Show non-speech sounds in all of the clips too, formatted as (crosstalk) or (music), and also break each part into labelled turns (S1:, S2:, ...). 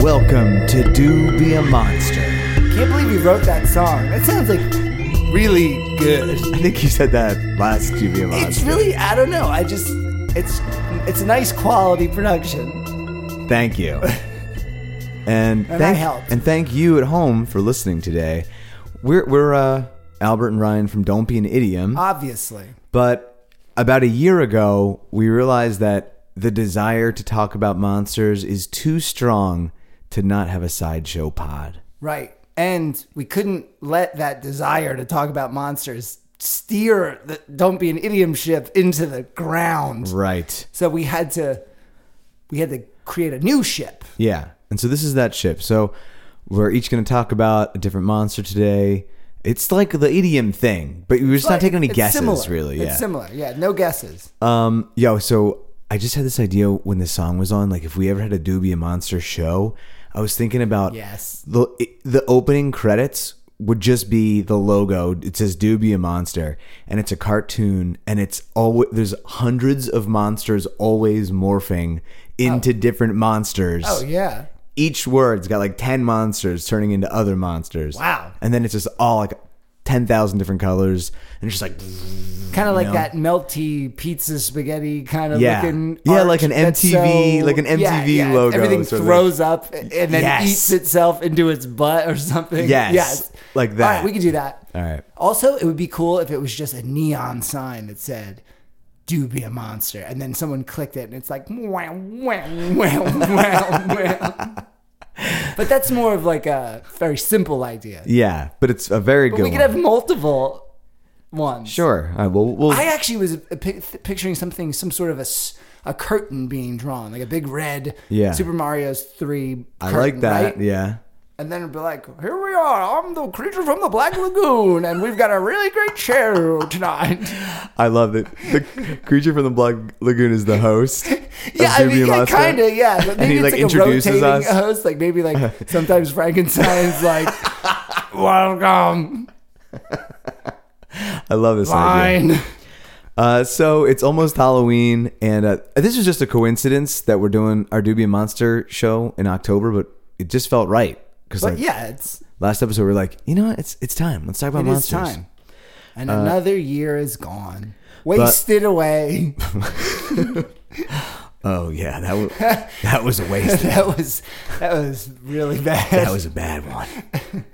S1: Welcome to Do Be a Monster.
S2: Can't believe you wrote that song. That sounds like really good.
S1: (laughs) I think you said that last Do Be a
S2: It's
S1: Monster.
S2: really I don't know. I just it's it's a nice quality production.
S1: Thank
S2: (laughs)
S1: you. And,
S2: I
S1: thank,
S2: helped.
S1: and thank you at home for listening today. We're, we're uh, Albert and Ryan from Don't Be an Idiom.
S2: Uh, Obviously.
S1: But about a year ago, we realized that the desire to talk about monsters is too strong to not have a sideshow pod.
S2: Right. And we couldn't let that desire to talk about monsters steer the don't be an idiom ship into the ground.
S1: Right.
S2: So we had to we had to create a new ship.
S1: Yeah. And so this is that ship. So we're each going to talk about a different monster today. It's like the idiom thing, but we're just not taking any
S2: It's
S1: guesses,
S2: similar.
S1: really.
S2: It's
S1: yeah.
S2: similar. Yeah, no guesses.
S1: Um, yo, so I just had this idea when this song was on. Like, if we ever had a Doobie and Monster show, I was thinking about
S2: Yes.
S1: the it- the opening credits would just be the logo. It says Doobie and Monster, and it's a cartoon, and it's always there's hundreds of monsters always morphing into different monsters.
S2: Oh yeah.
S1: Each word's got like ten monsters turning into other monsters.
S2: Wow.
S1: And then it's just all like ten thousand different colors, and it's just like.
S2: Kind of like
S1: know?
S2: that melty pizza spaghetti kind of
S1: Yeah.
S2: looking.
S1: Yeah,
S2: arch
S1: like an
S2: that's
S1: MTV
S2: so-
S1: like an MTV logo
S2: Everything
S1: sort of
S2: throws up and then
S1: Yes.
S2: eats itself into its butt or something.
S1: Yes.
S2: yes,
S1: Like
S2: All right,
S1: that.
S2: we could do that.
S1: All right.
S2: Also, it would be cool if it was just a neon sign that said. Do be a monster, and then someone clicked it, and it's like wow, wow, wow, wow, wow. But that's more of like a very simple idea.
S1: (laughs) Yeah, but it's a very good
S2: we could
S1: one.
S2: have multiple ones.
S1: sure. All right, well, we'll
S2: I actually was uh, pic- picturing something, some sort of a, s- a curtain being drawn, like a big red
S1: Yeah.
S2: Super Mario's three.
S1: I
S2: curtain,
S1: like that.
S2: right?
S1: Yeah.
S2: And then it'd be like, here we are. I'm the creature from the Black Lagoon, and we've got a really great show tonight.
S1: (laughs) I love it. The creature from the Black Lagoon is
S2: (laughs)
S1: the host. of
S2: yeah, I
S1: Zuby
S2: mean, yeah,
S1: Monster.
S2: kind of, yeah.
S1: (laughs)
S2: But maybe
S1: he,
S2: it's
S1: like,
S2: like, a
S1: introduces
S2: rotating
S1: us.
S2: host, like
S1: (laughs)
S2: maybe like sometimes Frankenstein's like, welcome,
S1: I love this idea.
S2: fine.
S1: Uh, so it's almost Halloween, and uh, this is just a coincidence that we're doing our Doobie and Monster show in October, but it just felt right because
S2: (laughs) But
S1: like
S2: yeah, it's
S1: last episode we were like, you know what, it's it's time. Let's talk about
S2: It is
S1: monsters. Uh,
S2: time. And another year is gone. Wasted away.
S1: Oh yeah, that was
S2: (laughs)
S1: that was a waste.
S2: that was that was really
S1: (laughs)
S2: bad.
S1: that was a bad one. (laughs)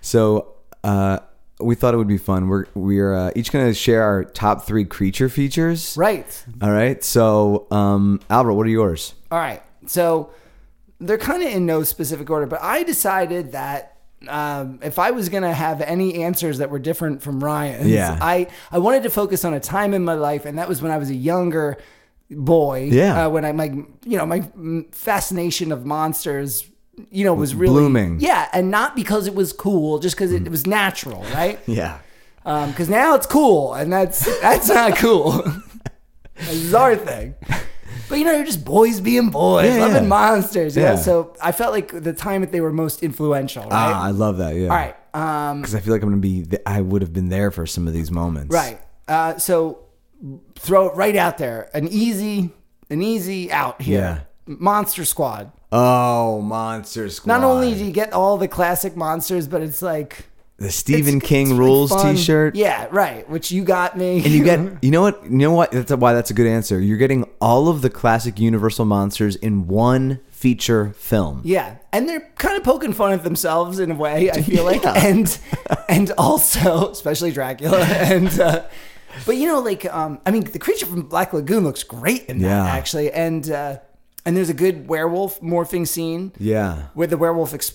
S1: so uh, we thought it would be fun. We're we're uh, each going to share our top three creature features.
S2: right.
S1: All right. So um, Albert, what are yours?
S2: All right. So they're kind of in no specific order, but I decided that um, if I was gonna have any answers that were different from Ryan's,
S1: Yeah.
S2: I I wanted to focus on a time in my life, and that was when I was a younger boy.
S1: Yeah.
S2: Uh, when I my you know my mm, fascination of monsters. You know, was really
S1: Blooming. Mm.
S2: Yeah, and not because it was cool, just because it, it was natural, right?
S1: Yeah.
S2: because Um, now it's cool, and that's that's not cool. (laughs) this is our thing. But you know, you're just boys being boys,
S1: Yeah,
S2: loving
S1: yeah.
S2: monsters. You
S1: Yeah.
S2: know? So I felt like the time that they were most influential. Right.
S1: Ah, I love that. Yeah.
S2: All right. Um,
S1: Because I feel like I'm gonna be. Th- I would have been there for some of these moments.
S2: right. Uh, so throw it right out there. An easy, an easy out here.
S1: Yeah.
S2: Monster Squad.
S1: Oh, Monster Squad.
S2: Not only do you get all the classic monsters, but it's like
S1: the Stephen
S2: it's-
S1: King
S2: it's pretty
S1: rules
S2: fun.
S1: T-shirt.
S2: Yeah. Right. Which you got me.
S1: And you get, you know what, you know what? That's why that's a good answer. You're getting all of the classic Universal monsters in one feature film.
S2: Yeah, and they're kind of poking fun at themselves in a way. I feel like,
S1: (laughs) Yeah.
S2: and and also
S1: (laughs)
S2: especially Dracula, and uh, but you know, like um, I mean, the creature from Black Lagoon looks great in that
S1: Yeah.
S2: actually, and uh, and there's a good werewolf morphing scene
S1: Yeah.
S2: with the werewolf ex-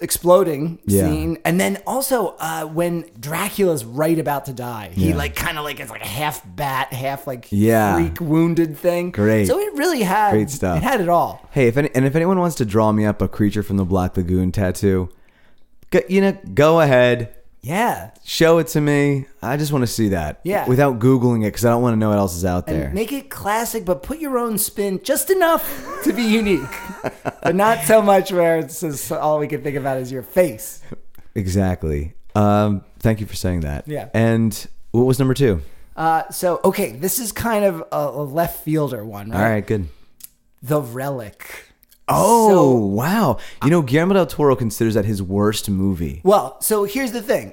S2: exploding
S1: Yeah.
S2: scene, and then also uh, when Dracula's right about to die, he
S1: Yeah.
S2: like kind of like is like a half bat, half like
S1: Yeah.
S2: freak wounded thing.
S1: Great.
S2: So it really had
S1: Great stuff.
S2: It had it all.
S1: Hey, if any, and if anyone wants to draw me up a creature from the Black Lagoon tattoo, go, you know, go ahead.
S2: Yeah.
S1: Show it to me. I just want to see that.
S2: Yeah.
S1: Without Googling it because I don't want to know what else is out there.
S2: Make it classic, but put your own spin just enough to
S1: (laughs)
S2: be unique, but not so much where it's just all we can think about is your face.
S1: exactly. Um, thank you for saying that.
S2: Yeah.
S1: And what was number two?
S2: Uh, so, okay, this is kind of a, a left fielder one, right?
S1: All right, good.
S2: The Relic.
S1: Oh,
S2: So-
S1: wow. You know, Guillermo del Toro considers that his worst movie.
S2: Well, so here's the thing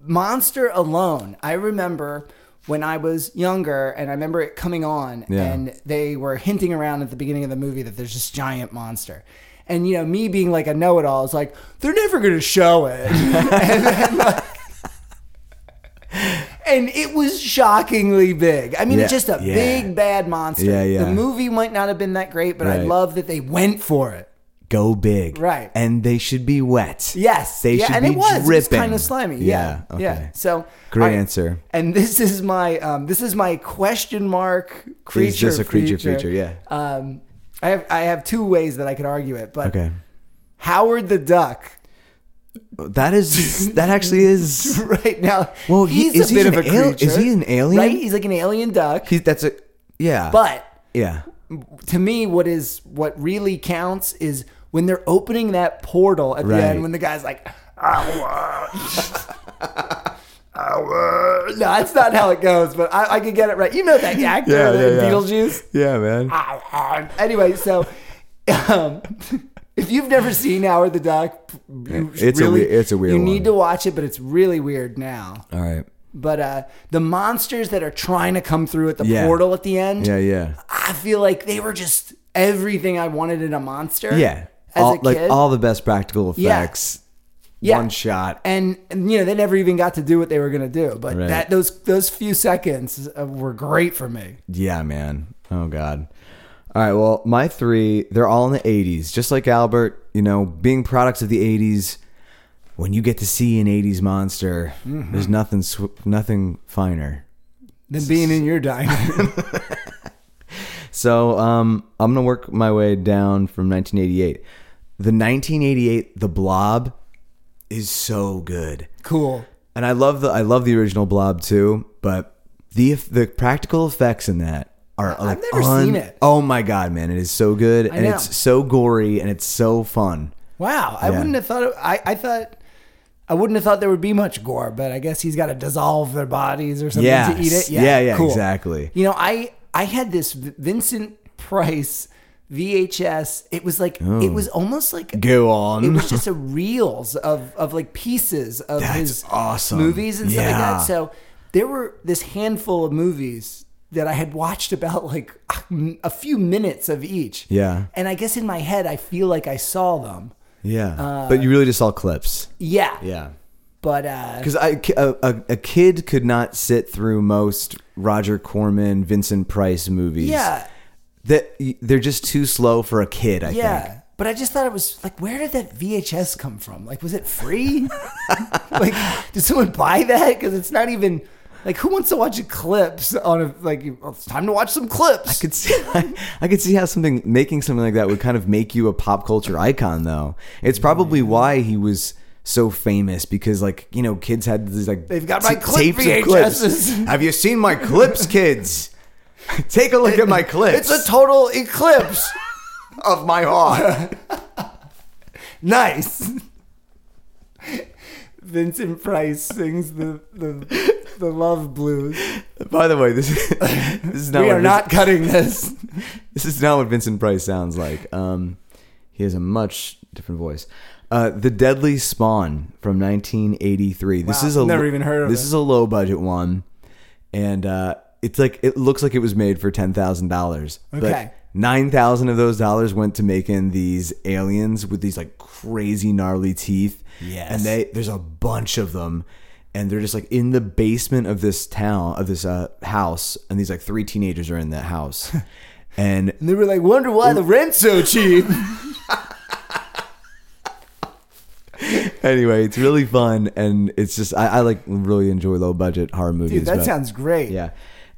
S2: Monster alone, I remember when I was younger and I remember it coming on
S1: Yeah.
S2: and they were hinting around at the beginning of the movie that there's this giant monster. And, you know, me being like a know it all is like, they're never going to show it. (laughs) and then, like, And it was shockingly big. I mean, it's
S1: Yeah,
S2: just a
S1: yeah.
S2: big bad monster.
S1: Yeah, yeah.
S2: The movie might not have been that great, but I
S1: Right.
S2: love that they went for it.
S1: Go big.
S2: Right.
S1: And they should be wet.
S2: Yes.
S1: They
S2: yeah,
S1: should
S2: and
S1: be
S2: it was. It was
S1: dripping.
S2: kind of slimy. Yeah. Yeah.
S1: Yeah, okay.
S2: So
S1: Great
S2: all right.
S1: answer.
S2: And this is my um, this is my question mark creature.
S1: Is this a creature feature? Yeah.
S2: Um, I have I have two ways that I could argue it, but
S1: Okay.
S2: Howard the Duck (laughs)
S1: That is, that actually is.
S2: right now.
S1: Well, he-
S2: he's
S1: is
S2: a
S1: he
S2: bit of
S1: an
S2: a
S1: al-
S2: creature.
S1: is he an alien?
S2: Right. He's like an alien duck.
S1: He, that's a, yeah.
S2: but
S1: yeah.
S2: to me, what is what really counts is when they're opening that portal at
S1: Right.
S2: the end. When the guy's like, "I want, I want." No, that's not how it goes, but I, I could get it right. You know that actor
S1: Yeah,
S2: in
S1: yeah, yeah.
S2: Beetlejuice.
S1: Yeah,
S2: Ah.
S1: man.
S2: Anyway, so um, if you've never seen Howard the Duck, you
S1: It's a
S2: really,
S1: wee- it's a weird
S2: You
S1: one.
S2: need to watch it, but it's really weird now.
S1: All right.
S2: But uh, the monsters that are trying to come through at the
S1: Yeah.
S2: portal at the end,
S1: Yeah, yeah.
S2: I feel like they were just everything I wanted in a monster.
S1: Yeah.
S2: As
S1: all,
S2: a kid.
S1: Like all the best practical
S2: Yeah.
S1: effects.
S2: Yeah.
S1: One shot.
S2: and, and, you know, they never even got to do what they were going to do. But
S1: Right.
S2: that those those few seconds uh, were great for me.
S1: Yeah, man. Oh God. All right. Well, my three, they're all in the '80s, just like Albert. You know, being products of the '80s. When you get to see an '80s monster, there's nothing sw- nothing finer.
S2: Than being in your diner. (laughs)
S1: So um, I'm gonna work my way down from 1988. The 1988, The Blob, is so good.
S2: cool.
S1: and I love the I love the original Blob too, but the the practical effects in that are like
S2: never
S1: un-
S2: seen it.
S1: Oh my god, man! It is so good, and
S2: know.
S1: it's so gory, and it's so fun.
S2: Wow. I
S1: Yeah.
S2: wouldn't have thought. It, I I thought. I wouldn't have thought there would be much gore, but I guess he's got to dissolve their bodies or something
S1: Yes.
S2: to eat it.
S1: Yeah, yeah, exactly.
S2: You know, I I had this V- Vincent Price VHS. It was like
S1: Oh.
S2: it was almost like
S1: Go
S2: it
S1: on. (laughs)
S2: was just a reels of of like pieces of
S1: That's
S2: his
S1: awesome.
S2: movies and stuff like that.
S1: Yeah.
S2: So there were this handful of movies that I had watched about like a few minutes of each.
S1: Yeah.
S2: And I guess in my head I feel like I saw them.
S1: yeah,
S2: uh,
S1: but you really just saw clips.
S2: Yeah.
S1: Yeah,
S2: But uh
S1: because I a, a, a kid could not sit through most Roger Corman, Vincent Price movies.
S2: yeah,
S1: that they're just too slow for a kid. I
S2: yeah.
S1: think.
S2: But I just thought it was like where did that VHS come from? Like was it
S1: (laughs)
S2: free? (laughs) like did someone buy that cuz it's not even like who wants to watch clips on a like you- oh, it's time to watch some clips.
S1: I could see (laughs) I, could see how something making something like that would kind of make you a pop culture icon though. It's probably why he was so famous because like, you know, kids had these like
S2: They've got my clip VHSs.
S1: Have you seen my clips, kids? Take a look at my clips
S2: It's a total eclipse.
S1: of my heart.
S2: nice. (laughs) Vincent Price sings the the, the love blues.
S1: By the way, this is (laughs) this is not
S2: we
S1: what
S2: are
S1: Vince-
S2: not
S1: (laughs)
S2: cutting this.
S1: this is not what Vincent Price sounds like. Um, he has a much different voice. Uh, the Deadly Spawn from 1983. This
S2: Wow,
S1: is a
S2: never even heard of
S1: This
S2: it.
S1: is a low budget one, and uh, it's like it looks like it was made for ten thousand dollars.
S2: Okay.
S1: Nine thousand of those dollars went to making these aliens with these like crazy gnarly teeth.
S2: Yes.
S1: And they there's a bunch of them. And they're just like in the basement of this town of this uh, house, and these like three teenagers are in that
S2: (laughs)
S1: house, and
S2: And they were like, wonder why the rent's so
S1: (laughs)
S2: cheap.
S1: anyway, it's really fun, and it's just I, I like really enjoy low budget horror movies.
S2: Dude, that
S1: but-
S2: sounds great.
S1: yeah.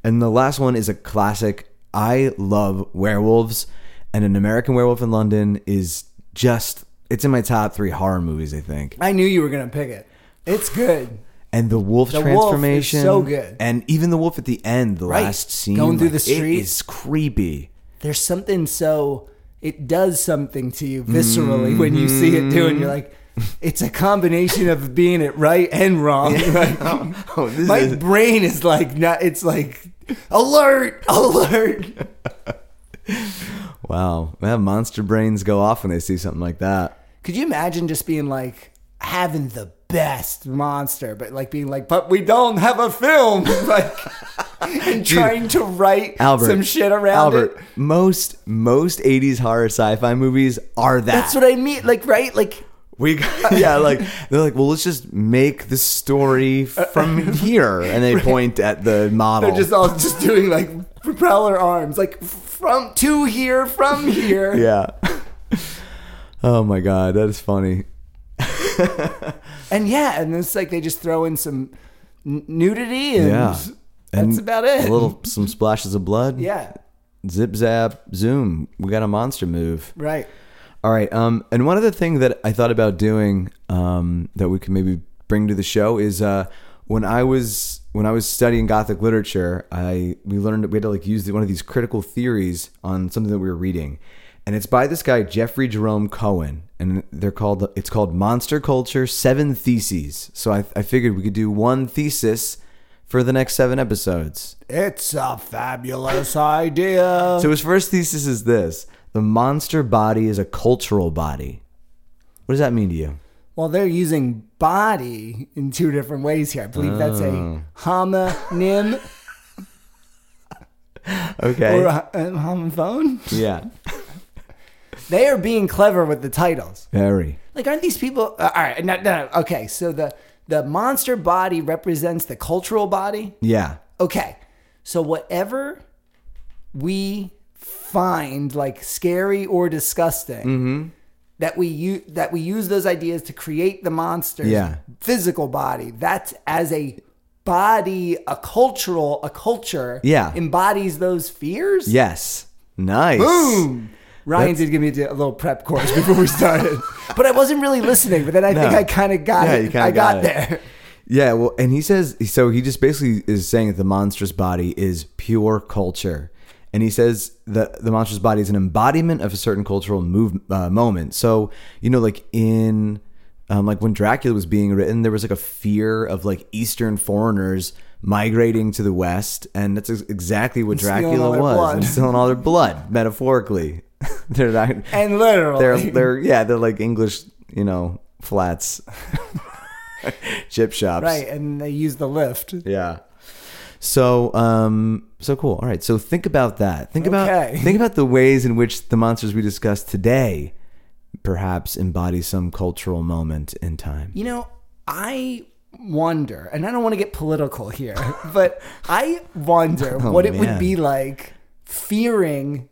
S1: And the last one is a classic. I love werewolves, and an American Werewolf in London is just it's in my top three horror movies. I think
S2: I knew you were gonna pick it. It's good.
S1: and the wolf
S2: The wolf is
S1: transformation
S2: so good.
S1: and even the wolf at the end the
S2: Right.
S1: last scene
S2: Going through the
S1: it
S2: street.
S1: is
S2: (laughs)
S1: creepy
S2: There's something so it does something to you viscerally when you see it too, and you're like,
S1: Mm-hmm.
S2: it's a combination of being it right and wrong. (laughs) Like,
S1: (laughs) oh this
S2: my
S1: is
S2: brain is like not. It's like alert, alert.
S1: wow yeah, monster brains go off when they see something like that
S2: Could you imagine just being like having the best monster, but like being like, but we don't have a film, (laughs) like, and trying to write
S1: Albert
S2: some shit around
S1: Albert
S2: it.
S1: most most 80s horror sci-fi movies are that
S2: That's what I mean. Like, right? Like,
S1: (laughs) we got,
S2: (laughs)
S1: yeah like they're like well let's just make the story
S2: (laughs)
S1: from here and they point at the model
S2: they're just all just doing like propeller arms, like from to here, from
S1: (laughs)
S2: here.
S1: yeah (laughs) oh my god that is funny
S2: And yeah, and it's like they just throw in some n- nudity and
S1: Yeah.
S2: that's
S1: And
S2: about it.
S1: a little some splashes of blood
S2: yeah.
S1: zip zap zoom we got a monster move
S2: Right.
S1: all right um and one other thing that i thought about doing um that we can maybe bring to the show is uh when i was when i was studying gothic literature i we learned we had to like use one of these critical theories on something that we were reading and it's by this guy jeffrey jerome cohen and they're called it's called monster culture seven theses so i, I figured we could do one thesis for the next seven episodes
S2: It's a fabulous idea.
S1: So his first thesis is this: the monster body is a cultural body. What does that mean to you?
S2: Well, they're using body in two different ways here. I believe that's a homonym
S1: Okay.
S2: or a, a homophone.
S1: Yeah.
S2: They are being clever with the titles.
S1: Very.
S2: Like, aren't these people? Uh, all right, no, no, no. okay. So the the monster body represents the cultural body.
S1: Yeah.
S2: Okay, so whatever we find like scary or disgusting.
S1: Mm-hmm.
S2: That we use that we use those ideas to create the monster's
S1: Yeah.
S2: physical body. That's as a body, a cultural, a culture.
S1: Yeah.
S2: embodies those fears.
S1: Yes. Nice.
S2: Boom. Ryan did give me a little prep course (laughs) before we started, but I wasn't really listening. But then I think
S1: No.
S2: I kind of got
S1: Yeah, you
S2: it.
S1: kinda
S2: I got,
S1: got it.
S2: there.
S1: Yeah. Well, and he says so. He just basically is saying that the monstrous body is pure culture, and he says that the monstrous body is an embodiment of a certain cultural move uh, moment. So you know, like in. Um, like when Dracula was being written, there was like a fear of like Eastern foreigners migrating to the West, and that's ex- exactly what
S2: stealing all
S1: Dracula
S2: their
S1: was,
S2: blood.
S1: and stealing all their blood, metaphorically. (laughs) they're not,
S2: And literally,
S1: they're they're yeah, they're like English, you know, flats, (laughs) chip shops,
S2: (laughs) right. And they use the lift.
S1: yeah. So, um, so cool. All right. So think about that. Think
S2: Okay. (laughs)
S1: about think about the ways in which the monsters we discussed today perhaps embody some cultural moment in time.
S2: You know, I wonder, and I don't want to get political here, (laughs) but I
S1: (laughs)
S2: wonder what it would
S1: Oh, man.
S2: be like fearing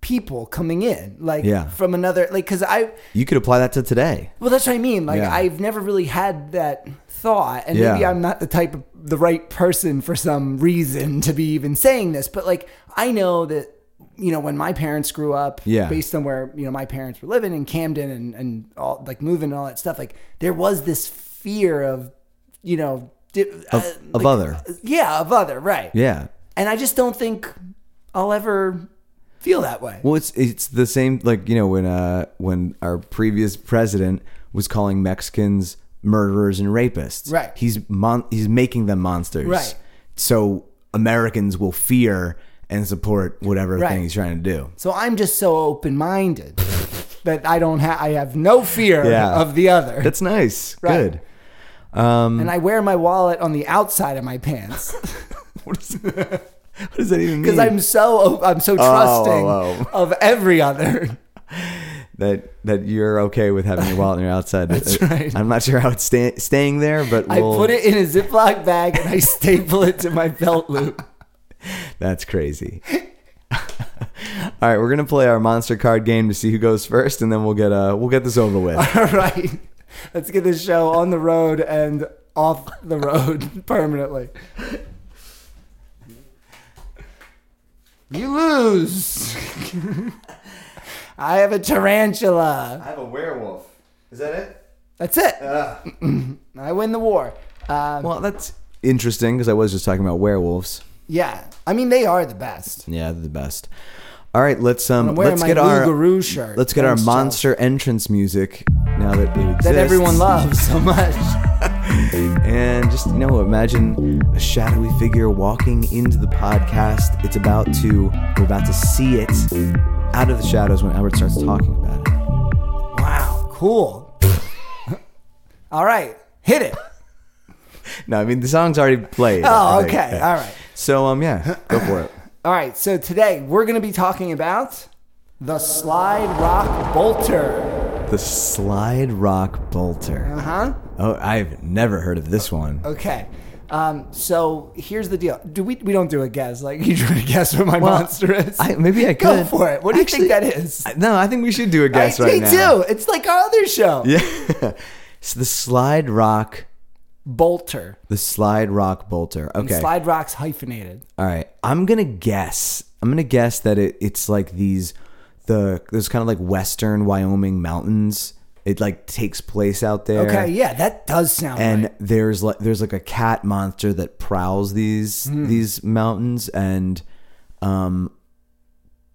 S2: people coming in, like
S1: Yeah.
S2: from another, like because I
S1: You could apply that to today.
S2: Well, that's what I mean. Like,
S1: Yeah.
S2: I've never really had that thought, and maybe
S1: Yeah.
S2: I'm not the type of the right person for some reason to be even saying this. But like, I know that you know when my parents grew up,
S1: Yeah.
S2: based on where you know my parents were living in Camden and and all like moving and all that stuff. Like, there was this fear of you know di- uh,
S1: of
S2: like,
S1: other.
S2: yeah, of other, right?
S1: Yeah.
S2: And I just don't think I'll ever feel that way.
S1: Well, it's it's the same. Like you know when uh when our previous president was calling Mexicans murderers and rapists.
S2: Right.
S1: He's mon- he's making them monsters.
S2: Right.
S1: So Americans will fear and support whatever
S2: Right.
S1: thing he's trying to do.
S2: So I'm just so open minded that I don't have I have no fear
S1: Yeah.
S2: of the other,
S1: That's nice.
S2: Right.
S1: Good.
S2: and I wear my wallet on the outside of my
S1: (laughs)
S2: pants
S1: What, is, what does that
S2: (laughs)
S1: even mean?
S2: because I'm so I'm so trusting
S1: oh,
S2: of every other.
S1: that that you're okay with having your wallet on your
S2: (laughs)
S1: outside. That's
S2: right.
S1: I'm not sure how it's sta- staying there, but
S2: I
S1: we'll,
S2: put it in a Ziploc bag and I (laughs) staple it to my belt
S1: (laughs)
S2: loop.
S1: That's crazy. (laughs) All right, we're gonna play our monster card game to see who goes first, and then we'll get uh we'll get this over (laughs) with.
S2: All right, let's get this show on the road and off the road (laughs) permanently. You lose. (laughs) I have a tarantula.
S1: I have a werewolf. Is that it?
S2: That's it. (clears throat) I win the war. Um,
S1: Well, that's interesting because I was just talking about werewolves.
S2: yeah, I mean they are the best.
S1: Yeah, they're the best. All right, let's um,
S2: I'm wearing
S1: let's
S2: my
S1: get our
S2: Rougarou shirt.
S1: let's get
S2: Thanks,
S1: our
S2: Josh.
S1: monster entrance music now that it exists
S2: that
S1: (laughs)
S2: everyone loves (laughs) so much.
S1: and just you know imagine a shadowy figure walking into the podcast. It's about to we're about to see it out of the shadows when Albert starts talking about it.
S2: Wow, cool. (laughs) All right, hit
S1: (laughs)
S2: it.
S1: No, I mean the song's already played. I
S2: Oh,
S1: think.
S2: okay.
S1: Yeah.
S2: All right.
S1: So um, yeah, go for it.
S2: All right, so today we're going to be talking about the slide rock bolter.
S1: The Slide Rock Bolter.
S2: Uh huh.
S1: Oh, I've never heard of this one.
S2: Okay. Um, so here's the deal. Do we we don't do a guess? Like (laughs) you try to guess what my monster is?
S1: I, maybe I could
S2: Go for it. What do you
S1: Actually,
S2: think that is?
S1: I- No, I think we should do a guess
S2: I,
S1: right
S2: me
S1: now. (laughs)
S2: too. It's like our other show,
S1: Yeah. so the Slide Rock,
S2: Bolter.
S1: the Slide Rock Bolter. Okay.
S2: Slide Rock's hyphenated.
S1: All right. I'm gonna guess. I'm gonna guess that it, it's like these, the those kind of like Western Wyoming mountains. It like takes place out there.
S2: Okay, yeah, that does sound.
S1: and
S2: right.
S1: there's like there's like a cat monster that prowls these
S2: Hmm.
S1: these mountains and um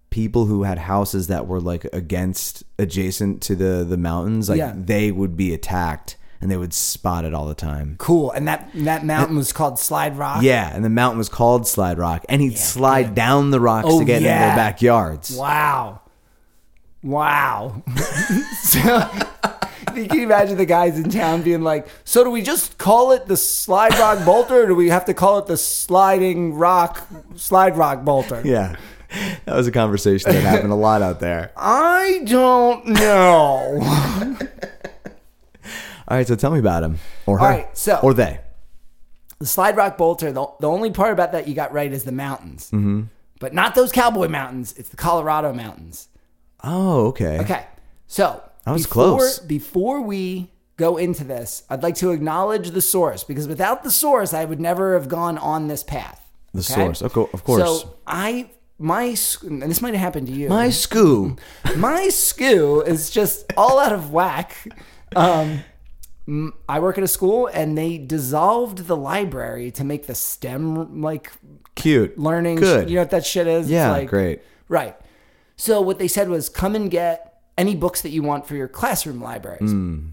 S1: people who had houses that were like against adjacent to the the mountains like
S2: Yeah.
S1: they would be attacked and they would spot it all the time
S2: cool. And that that mountain was called Slide Rock.
S1: yeah and the mountain was called slide rock and he'd slide down the rocks
S2: Oh,
S1: to get into
S2: yeah.
S1: their backyards
S2: Wow. Wow. (laughs) so, you can imagine the guys in town being like, so do we just call it the slide rock bolter or do we have to call it the sliding rock, slide rock bolter?
S1: yeah that was a conversation that happened a lot out there
S2: I don't know.
S1: all right so tell me about him or her
S2: All right, so-
S1: or they
S2: the slide rock bolter, the, the only part about that you got right is the mountains. Mm-hmm. But not those cowboy mountains, it's the Colorado mountains.
S1: oh okay
S2: Okay. So I
S1: was close.
S2: Before we go into this, I'd like to acknowledge the source because without the source, I would never have gone on this path.
S1: The source, of co- of course.
S2: So I my sc- and this might have happened to you.
S1: my scoo
S2: my skew is just all out of whack. Um, m- I work at a school and they dissolved the library to make the STEM like
S1: cute
S2: learning. sh-
S1: good
S2: You know what that shit is? It's
S1: Yeah,
S2: like-
S1: great.
S2: Right. So what they said was come and get any books that you want for your classroom libraries.
S1: Hmm.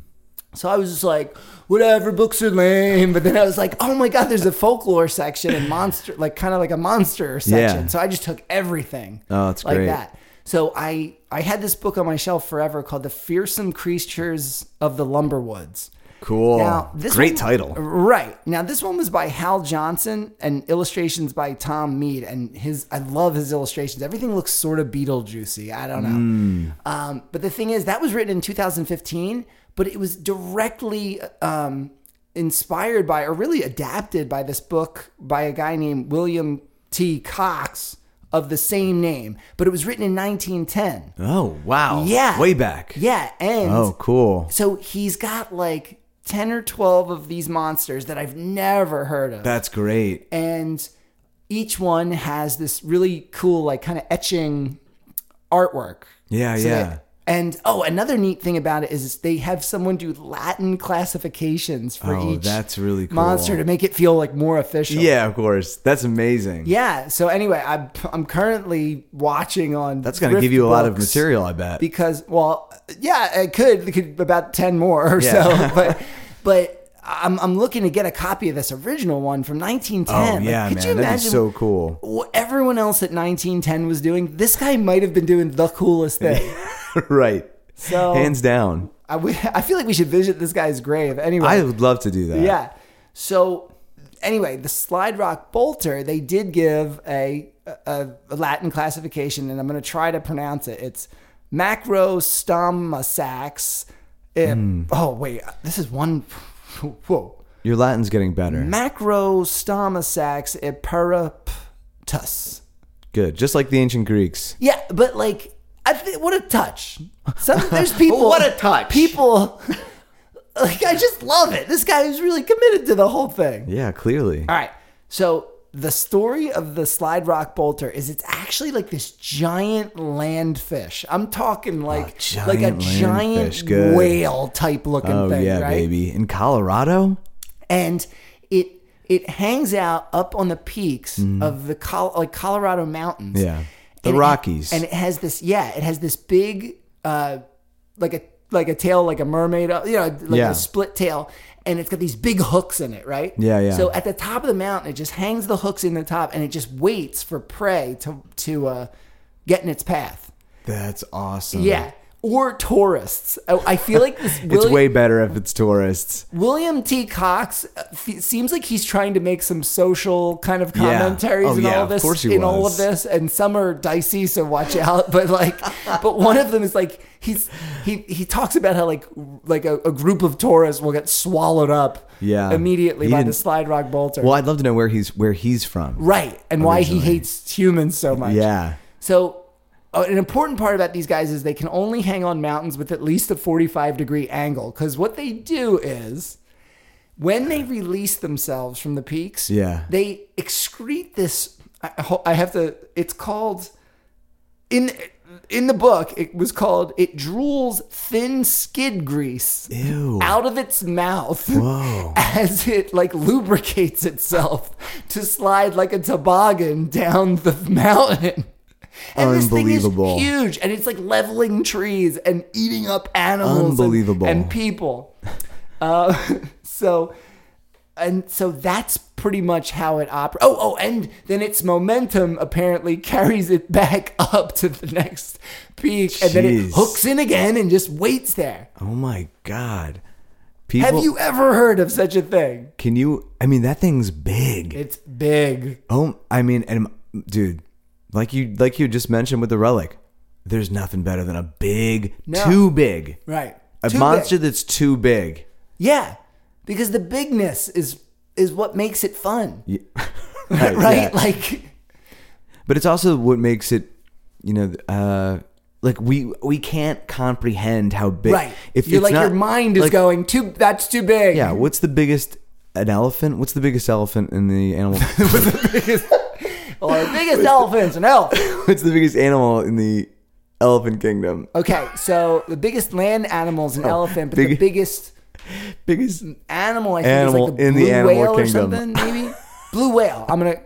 S2: So I was just like, whatever, books are lame. But then I was like, oh my God, there's a folklore section and monster, like kind of like a monster section.
S1: Yeah.
S2: So I just took everything.
S1: Oh, that's
S2: like
S1: great.
S2: that. So I I had this book on my shelf forever called The Fearsome Creatures of the Lumberwoods.
S1: Cool.
S2: Now, this
S1: Great
S2: one-
S1: title.
S2: Right. Now this one was by Hal Johnson and illustrations by Tom Mead and his I love his illustrations. Everything looks sort of Beetlejuicy. I don't know. Um, but the thing is that was written in 2015, but it was directly um, inspired by or really adapted by this book by a guy named William T. Cox of the same name, but it was written in 1910.
S1: Oh, wow.
S2: Yeah.
S1: Way back.
S2: Yeah, and
S1: Oh, cool.
S2: so he's got like 10 or 12 of these monsters that I've never heard of.
S1: That's great.
S2: and each one has this really cool, like kind of etching artwork.
S1: Yeah,
S2: So
S1: yeah.
S2: that- and oh, another neat thing about it is they have someone do Latin classifications for
S1: Oh,
S2: each
S1: that's really cool.
S2: monster to make it feel like more official.
S1: Yeah, of course. That's amazing.
S2: Yeah. So anyway, I'm, I'm currently watching on.
S1: That's going to give you a lot of material, I bet.
S2: because well yeah it could, it could about 10 more or
S1: Yeah.
S2: so (laughs) but but I'm, I'm looking to get a copy of this original one from 1910
S1: oh, yeah,
S2: Like, could
S1: man.
S2: you
S1: That'd
S2: imagine
S1: be so cool.
S2: what everyone else at 1910 was doing this guy might have been doing the coolest
S1: (laughs)
S2: thing
S1: right.
S2: So-
S1: Hands down.
S2: I, would, I feel like we should visit this guy's grave anyway
S1: I would love to do that.
S2: yeah. So anyway, the Slide Rock Bolter, they did give a, a, a Latin classification, and I'm going to try to pronounce it. It's Macrostomasax. It,
S1: Hmm.
S2: Oh, wait. This is one. Whoa.
S1: Your Latin's getting better.
S2: Macrostomasax epiraptus.
S1: Good. Just like the ancient Greeks.
S2: Yeah, but like, I thi- what a touch.
S1: (laughs)
S2: Some, there's people.
S1: What a touch.
S2: People. (laughs) Like, I just love it. This guy is really committed to the whole thing.
S1: Yeah, clearly.
S2: All right. So the story of the Slide Rock Bolter is it's actually like this giant land fish. I'm talking like
S1: giant
S2: like a
S1: land
S2: giant
S1: fish. Good.
S2: whale type looking
S1: Oh
S2: thing,
S1: yeah,
S2: right?
S1: baby. In Colorado?
S2: and it it hangs out up on the peaks of the Col- like Colorado mountains.
S1: Mm. Yeah. The
S2: And it-
S1: Rockies.
S2: and it has this yeah, it has this big uh like a like a tail like a mermaid, uh, you know, like
S1: Yeah.
S2: a split tail and it's got these big hooks in it, right?
S1: Yeah, yeah.
S2: So at the top of the mountain, it just hangs the hooks in the top and it just waits for prey to to uh get in its path.
S1: That's awesome.
S2: Yeah. Or tourists. Oh, I I feel like this
S1: (laughs) It's
S2: really-
S1: way better if it's tourists.
S2: William T. Cox uh, f- seems like he's trying to make some social kind of commentaries
S1: Oh,
S2: in
S1: yeah, of
S2: all of this,
S1: course he
S2: in all
S1: was.
S2: of this, and some are dicey, so watch out. (laughs) But like, but one of them is like he's he he talks about how like like a, a group of tourists will get swallowed up
S1: Yeah.
S2: immediately
S1: He
S2: by the
S1: didn't-
S2: Slide Rock Bolter,
S1: Well, I'd love to know where he's where he's from.
S2: right? And why he
S1: Originally.
S2: hates humans so much,
S1: Yeah.
S2: so, uh, an important part about these guys is they can only hang on mountains with at least a 45 degree angle. Because what they do is when they release themselves from the peaks,
S1: Yeah.
S2: they excrete this. I, I ho- I have to, it's called in. In the book, it was called "It drools thin skid grease
S1: Ew.
S2: out of its mouth
S1: Whoa.
S2: as it like lubricates itself to slide like a toboggan down the mountain. And
S1: Unbelievable.
S2: This thing is huge, and it's like leveling trees and eating up animals, and-
S1: Unbelievable.
S2: and, people. Uh, (laughs) so, and so that's pretty much how it operates. Oh, oh, and then its momentum apparently carries it back (laughs) up to the next peak, and then it
S1: Jeez.
S2: hooks in again and just waits there.
S1: Oh my god.
S2: Have
S1: People
S2: you ever heard of such a thing?
S1: can you I mean that thing's big.
S2: It's big.
S1: Oh, I mean, and dude, like you, like you just mentioned with the relic, there's nothing better than a big,
S2: No.
S1: too big,
S2: Right.
S1: a
S2: Too
S1: monster
S2: big.
S1: that's too big.
S2: Yeah. Because the bigness is is what makes it fun.
S1: (laughs) Yeah.
S2: (laughs)
S1: yeah.
S2: Right? Like
S1: but it's also what makes it, you know, uh, like we we can't comprehend how big.
S2: right. If you're
S1: it's
S2: like
S1: not-
S2: your mind is
S1: like,
S2: going too that's too big. (laughs)
S1: Yeah. What's the biggest? An elephant? What's the biggest elephant in the
S2: (laughs)
S1: animal? (laughs)
S2: Well, the biggest elephant's an elf.
S1: what's the biggest animal in the elephant kingdom?
S2: Okay, so the biggest land animal's an elephant, but the
S1: Oh, big-
S2: biggest
S1: Biggest
S2: animal I think is
S1: Animal
S2: like the
S1: in the
S2: blue
S1: animal
S2: whale
S1: kingdom.
S2: or
S1: (laughs)
S2: something, maybe? blue whale. I'm gonna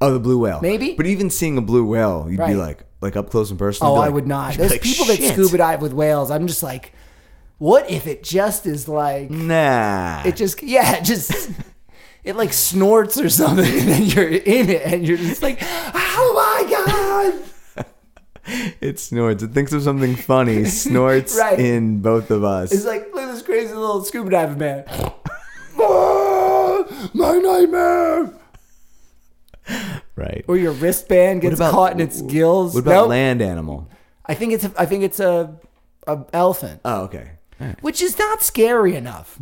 S1: Oh, the blue whale.
S2: Maybe.
S1: But even seeing a blue whale, you'd be
S2: Right.
S1: like, like up close and personal.
S2: Oh,
S1: you'd be
S2: I
S1: like-
S2: would not.
S1: you'd be
S2: Those
S1: like,
S2: people
S1: "Shit."
S2: that (laughs) scuba dive with whales, I'm just like, what if it just is
S1: (laughs)
S2: like
S1: Nah.
S2: It just yeah, it just it like snorts or something, (laughs) and then you're in it, and you're just like, oh my god!
S1: it snorts. It thinks of something
S2: (laughs)
S1: funny. Snorts
S2: Right.
S1: in both of us.
S2: It's like look at this crazy little scuba diving man. (laughs) Ah, my nightmare.
S1: right.
S2: Or your wristband gets
S1: about-
S2: caught in its gills.
S1: What about
S2: Nope.
S1: land animal?
S2: I think it's a, I think it's a, a elephant,
S1: Oh, okay. All right.
S2: which is not scary enough.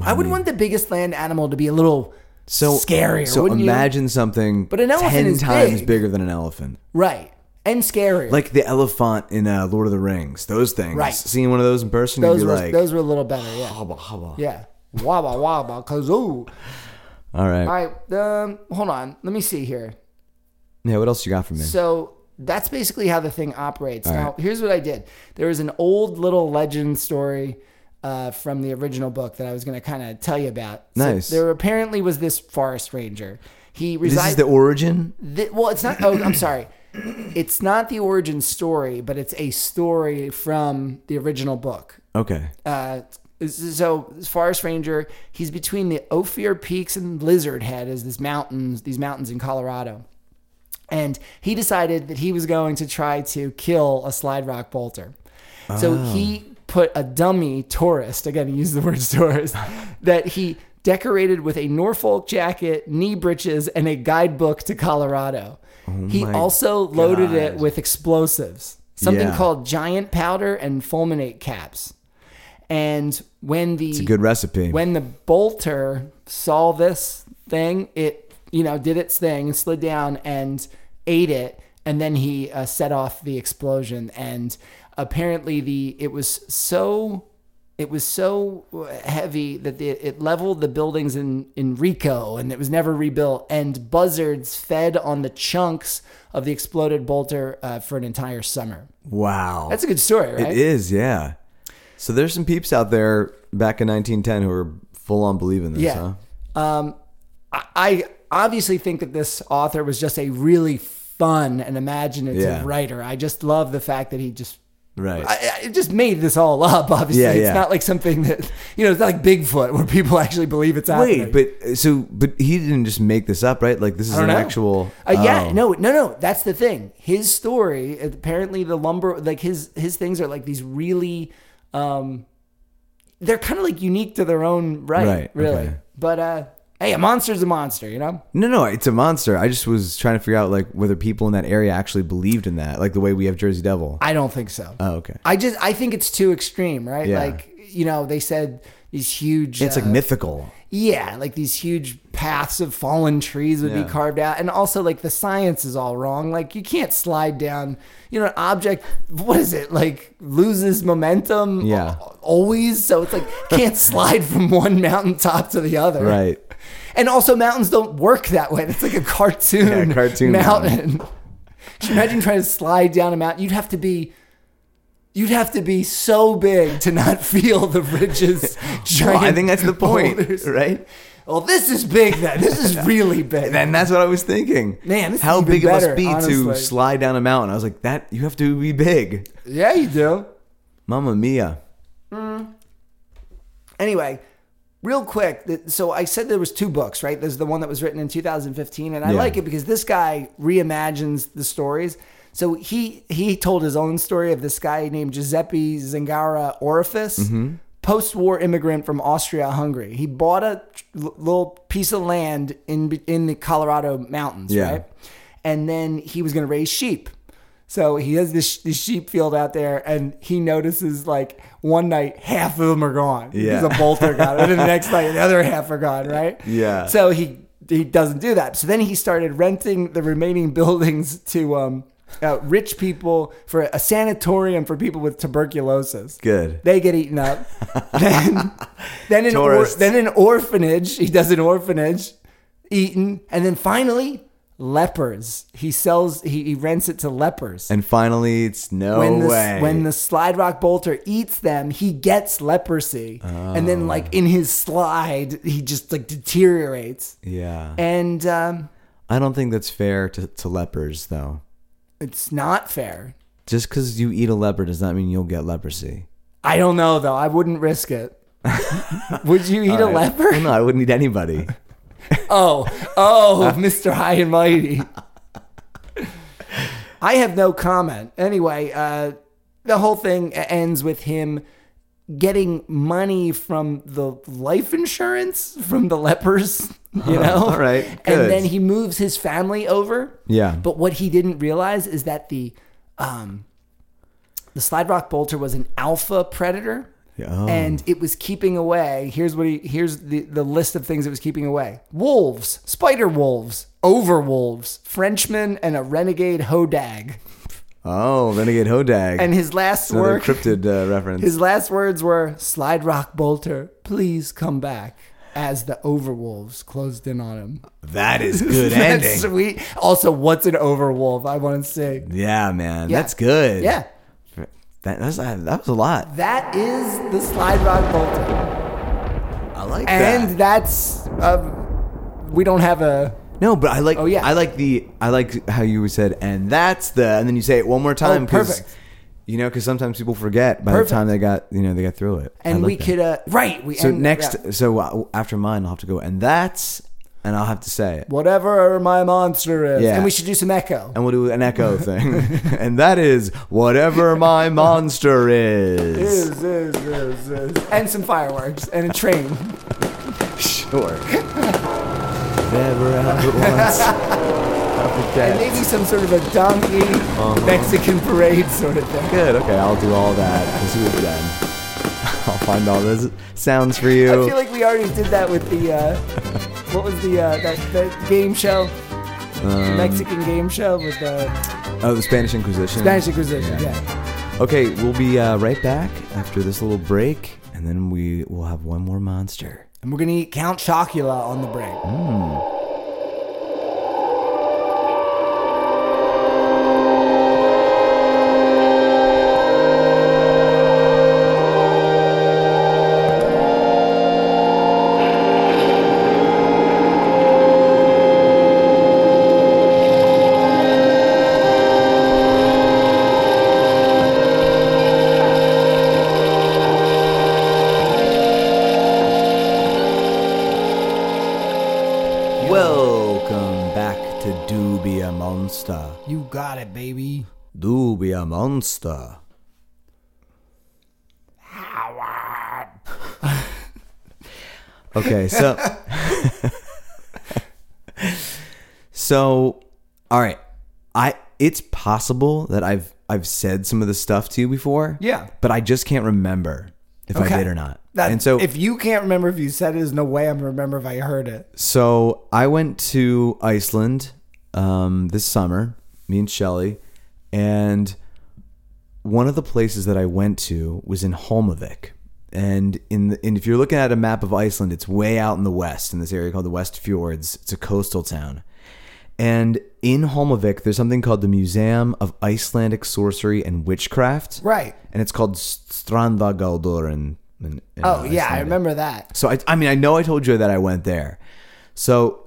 S2: I would want the biggest land animal to be a little
S1: So
S2: scarier.
S1: So
S2: wouldn't you?
S1: imagine something, but
S2: an elephant
S1: ten
S2: is
S1: times
S2: big.
S1: bigger than an elephant,
S2: right and scarier.
S1: like the elephant in uh, Lord of the Rings. Those things.
S2: Right.
S1: Seeing one of those in person,
S2: those
S1: you'd be
S2: were
S1: like,
S2: those were a little better. Yeah.
S1: hubba, hubba.
S2: Yeah. Wabba wabba kazoo.
S1: All right.
S2: All right. Um, hold on. Let me see here.
S1: Yeah. What else you got for me?
S2: So that's basically how the thing operates. now, here's what I did. There was an old little legend story uh, from the original book that I was going to kind of tell you about. So
S1: Nice.
S2: there apparently was this forest ranger. He
S1: this
S2: resides.
S1: is the origin.
S2: Th- well, it's not. Oh, I'm sorry. It's not the origin story, but it's a story from the original book.
S1: Okay.
S2: Uh, so this forest ranger, he's between the Ophir Peaks and Lizard Head, as this mountains, these mountains in Colorado, and he decided that he was going to try to kill a slide rock bolter. So
S1: Oh.
S2: he put a dummy tourist, again, he used the word (laughs) tourist, that he decorated with a Norfolk jacket, knee breeches, and a guidebook to Colorado. he
S1: Oh my
S2: also loaded it
S1: God.
S2: with explosives, something
S1: Yeah.
S2: called giant powder and fulminate caps. And when the
S1: It's a good recipe.
S2: when the bolter saw this thing, it you know did its thing, slid down and ate it, and then he uh, set off the explosion. And apparently, the it was so it was so heavy that it, it leveled the buildings in, in Rico and it was never rebuilt. And buzzards fed on the chunks of the exploded bolter uh, for an entire summer.
S1: Wow.
S2: That's a good story, right?
S1: It is, yeah. So there's some peeps out there back in 1910 who are full on believing this, huh?
S2: Yeah. Um, I, I obviously think that this author was just a really fun and imaginative
S1: Yeah.
S2: writer. I just love the fact that he just.
S1: Right.
S2: I, I- it just made this all up. (laughs) Obviously,
S1: Yeah, yeah.
S2: it's not like something that you know. It's not like Bigfoot, where people (laughs) actually believe it's happening.
S1: Wait, but so but he didn't just make this up, right? Like this is
S2: I
S1: an
S2: don't know.
S1: actual.
S2: Uh, yeah,
S1: oh.
S2: no, no, no. That's the thing. His story, apparently, the lumber, like his his things are like these really, um, they're kind of like unique to their own right,
S1: Right,
S2: really.
S1: okay.
S2: But uh, hey, a monster's a monster, you know.
S1: No, no, it's a monster. I just was trying to figure out like whether people in that area actually believed in that, like the way we have Jersey Devil.
S2: I don't think so.
S1: oh, okay.
S2: I just I think it's too extreme, right?
S1: Yeah.
S2: Like you know, they said these huge.
S1: It's like
S2: uh,
S1: mythical.
S2: Yeah, like these huge paths of fallen trees would
S1: Yeah.
S2: be carved out. And also, like, the science is all wrong. Like, you can't slide down, you know, an object, what is it? Like, loses momentum
S1: Yeah.
S2: al- always. So it's like, can't (laughs) slide from one mountaintop to the other.
S1: Right.
S2: (laughs) And also, mountains don't work that way. That's like a (laughs) cartoon,
S1: Yeah, cartoon
S2: mountain. (laughs) Just imagine trying to slide down a mountain. You'd have to be. You'd have to be so big to not (laughs) feel the ridges. Giant
S1: (laughs)
S2: (laughs)
S1: Well, I think that's the point,
S2: boulders.
S1: right?
S2: Well, this is big then. This
S1: (laughs)
S2: is really big.
S1: And that's what I was thinking.
S2: Man, this is
S1: how
S2: even
S1: big
S2: better,
S1: it must be to
S2: honestly.
S1: slide down a mountain. I was like, that you have to be big.
S2: yeah, you do.
S1: Mamma mia.
S2: Anyway, real quick. th- So I said there was two books, right? There's the one that was written in 2015, and I
S1: Yeah.
S2: like it because this guy reimagines the stories. So he he told his own story of this guy named Giuseppe Zangara Orifice.
S1: Mm-hmm.
S2: Post-war immigrant from Austria-Hungary. He bought a tr- little piece of land in in the Colorado mountains,
S1: Yeah.
S2: right? and then he was going to raise sheep. So he has this, this sheep field out there, and he notices like one night half of them are gone.
S1: Yeah.
S2: because a bolter got it, and then the
S1: (laughs)
S2: next night the other half are gone. Right?
S1: Yeah.
S2: So he he doesn't do that. So then he started renting the remaining (laughs) buildings to um, uh, rich people for a sanatorium for people with tuberculosis.
S1: Good.
S2: They get
S1: (laughs)
S2: eaten up. then, then an or,
S1: Tourists.
S2: then an orphanage. He does an orphanage, eaten, and then finally lepers. He sells. He, he rents it to lepers.
S1: (laughs) And finally, it's no
S2: when the,
S1: way.
S2: when the slide rock bolter eats them, he gets leprosy, and then like in his slide, he just like deteriorates.
S1: yeah.
S2: And um,
S1: I don't think that's fair to, to lepers, though.
S2: it's not fair.
S1: Just because you eat a leper does not mean you'll get leprosy.
S2: I don't know though. I wouldn't risk it. (laughs) Would you eat a
S1: All right.
S2: leper?
S1: Well, no, I wouldn't eat
S2: (laughs)
S1: anybody.
S2: Oh, oh, Mr. High and Mighty. I have no comment. Anyway, uh, the whole thing e-, ends with him getting money from the life insurance from the
S1: (laughs)
S2: lepers, you know?
S1: all right, good.
S2: And then he moves his family over.
S1: Yeah.
S2: But what he didn't realize is that the um, the Slide Rock Bolter was an alpha predator
S1: Yeah, oh.
S2: and it was keeping away. Here's what he here's the, the list of things it was keeping away: wolves, spider wolves, over wolves, Frenchmen, and a renegade hodag.
S1: Oh, Renegade Hodag.
S2: And his last
S1: Another
S2: word,
S1: cryptid
S2: (laughs)
S1: uh, reference.
S2: his last words were, "Slide Rock Bolter, please come back." As the overwolves closed in on him,
S1: that is good
S2: (laughs) That's
S1: ending.
S2: sweet. Also, what's an overwolf? I want to say,
S1: yeah, man. That's good.
S2: yeah,
S1: That, that's, that was a lot.
S2: that is the Slide Rock Bolter.
S1: I like
S2: And
S1: that.
S2: that's um, we don't have a
S1: No, but I like.
S2: Oh, yeah.
S1: I like the. I like how you said, and that's the, and then you say it one more time. 'cause,
S2: Oh, perfect.
S1: You know, because sometimes people forget by
S2: Perfect.
S1: the time they got, you know, they got through it. I
S2: and
S1: like
S2: we
S1: that.
S2: could uh, right. We
S1: So
S2: end-
S1: next,
S2: yeah.
S1: so uh, after mine, I'll have to go, and that's, and I'll have to say it,
S2: whatever my monster is.
S1: Yeah.
S2: And we should do some echo.
S1: and we'll do an
S2: (laughs)
S1: echo thing, (laughs) and that is whatever my monster is.
S2: Is, is, is, is. And some fireworks and a train.
S1: Sure. (laughs) Never ever
S2: (laughs)
S1: once.
S2: and maybe some sort of a donkey
S1: Uh-huh.
S2: Mexican parade sort of thing.
S1: Good. Okay, I'll do all that. This week then. (laughs) I'll find all those sounds for
S2: I
S1: you.
S2: feel like we already did that with the uh, what was the uh, that, that game show?
S1: Um,
S2: Mexican game show with the
S1: oh, the Spanish Inquisition.
S2: Spanish Inquisition, yeah.
S1: Okay, we'll be uh, right back after this little break, And then we will have one more monster.
S2: And we're gonna eat Count Chocula on the brain.
S1: Hmm? Welcome back to Dubia Monster.
S2: You got it, baby.
S1: Dubia Monster.
S2: Howard.
S1: Okay, so So all right. I it's possible that I've I've said some of this stuff to you before.
S2: Yeah.
S1: But I just can't remember if I
S2: Okay.
S1: did or not.
S2: That,
S1: and so
S2: if you can't remember if you said it, there's no way I'm gonna remember if I heard it.
S1: so I went to Iceland um this summer, me and Shelly, and one of the places that I went to was in Holmavik. And in the, and if you're looking at a map of Iceland, it's way out in the west in this area called the West Fjords. It's a coastal town. And in Holmavik, there's something called the Museum of Icelandic Sorcery and Witchcraft.
S2: Right.
S1: And it's called Strandagaldur in, in, in
S2: Oh yeah, I
S1: Icelandic.
S2: remember that.
S1: So I, I mean, I know I told you that I went there. So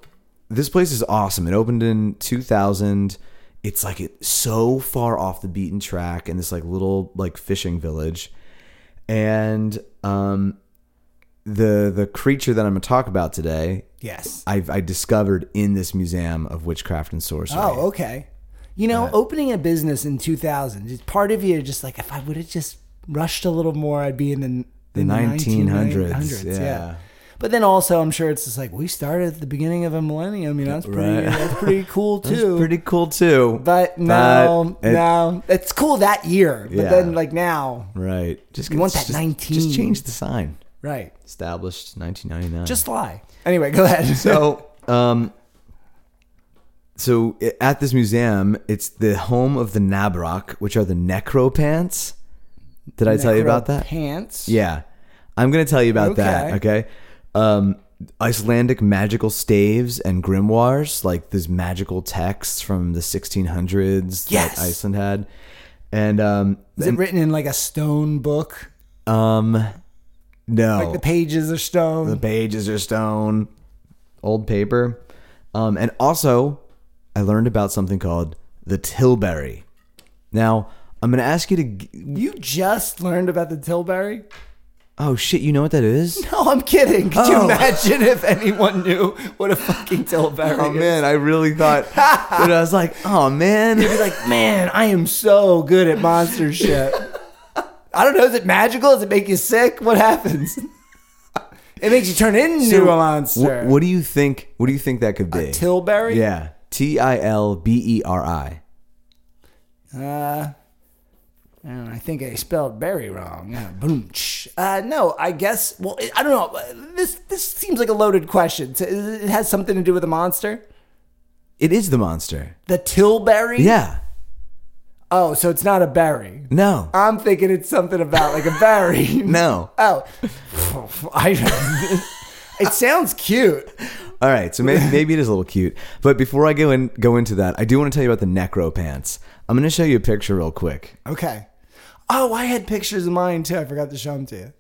S1: this place is awesome. It opened in 2000. It's like it so far off the beaten track in this like little like fishing village, and um, the the creature that I'm gonna talk about today,
S2: Yes.
S1: I've I discovered in this museum of witchcraft and sorcery.
S2: Oh, okay. You know,
S1: Uh,
S2: opening a business in 2000, just part of you is just like, if I would have just rushed a little more, I'd be in the, in the
S1: 1900s,
S2: 1900s, yeah.
S1: yeah.
S2: But then also, I'm sure it's just like, we started at the beginning of a millennium. You know, that's pretty,
S1: Right.
S2: that's
S1: (laughs)
S2: pretty cool too.
S1: It's pretty cool too.
S2: but no,
S1: But it-
S2: no, it's cool that year. But
S1: Yeah.
S2: then, like now,
S1: right, just
S2: You want
S1: just-
S2: that 19.
S1: Just change the sign.
S2: right?
S1: Established 1999.
S2: Just lie. Anyway, go ahead. (laughs)
S1: So, um, so i- at this museum, it's the home of the Nabrak, which are the necro pants. Did I (laughs) tell you about that?
S2: Pants.
S1: Yeah, I'm gonna tell you about that.
S2: Okay.
S1: Okay. Um, Icelandic magical staves and grimoires, like these magical texts from the 1600s
S2: Yes.
S1: that Iceland had, and um,
S2: Is it written in like a stone book?
S1: um, no,
S2: Like the pages are stone.
S1: Oh. the pages are stone, old paper. Um, and also, I learned about something called the Tilbury. Now, I'm going to ask you to. g-
S2: you just learned about the Tilbury? (laughs)
S1: Oh, shit, you know what that is?
S2: No, I'm kidding. Could you
S1: Oh.
S2: imagine if anyone knew what a fucking Tilbury
S1: (laughs) Oh,
S2: is?
S1: man, I really thought. (laughs) but I was like, oh, man.
S2: You'd be like, man, I am so good at
S1: (laughs)
S2: monster shit. I don't know. Is it magical? Does it make you sick? What happens? It makes you turn into a monster.
S1: Wh- what do you think? What do you think that could be?
S2: Tilbury?
S1: yeah. T I L B E R I.
S2: Uh, I, don't know, Oh, I think I spelled Barry wrong. Uh, boom. tsh. Uh, no, I guess. Well, I- I don't know. This this seems like a loaded question. So It it has something to do with a monster.
S1: It is the monster.
S2: The Tilbury.
S1: Yeah.
S2: Oh, so it's not a berry.
S1: No.
S2: I'm thinking it's something about like a berry.
S1: (laughs) No.
S2: (laughs) Oh, I. it sounds cute.
S1: All right, so maybe, maybe it is a little cute. But before I go in, go into that, I do want to tell you about the necro pants. I'm going to show you a picture real quick.
S2: Okay. Oh, I had pictures of mine too. I forgot to show them to you.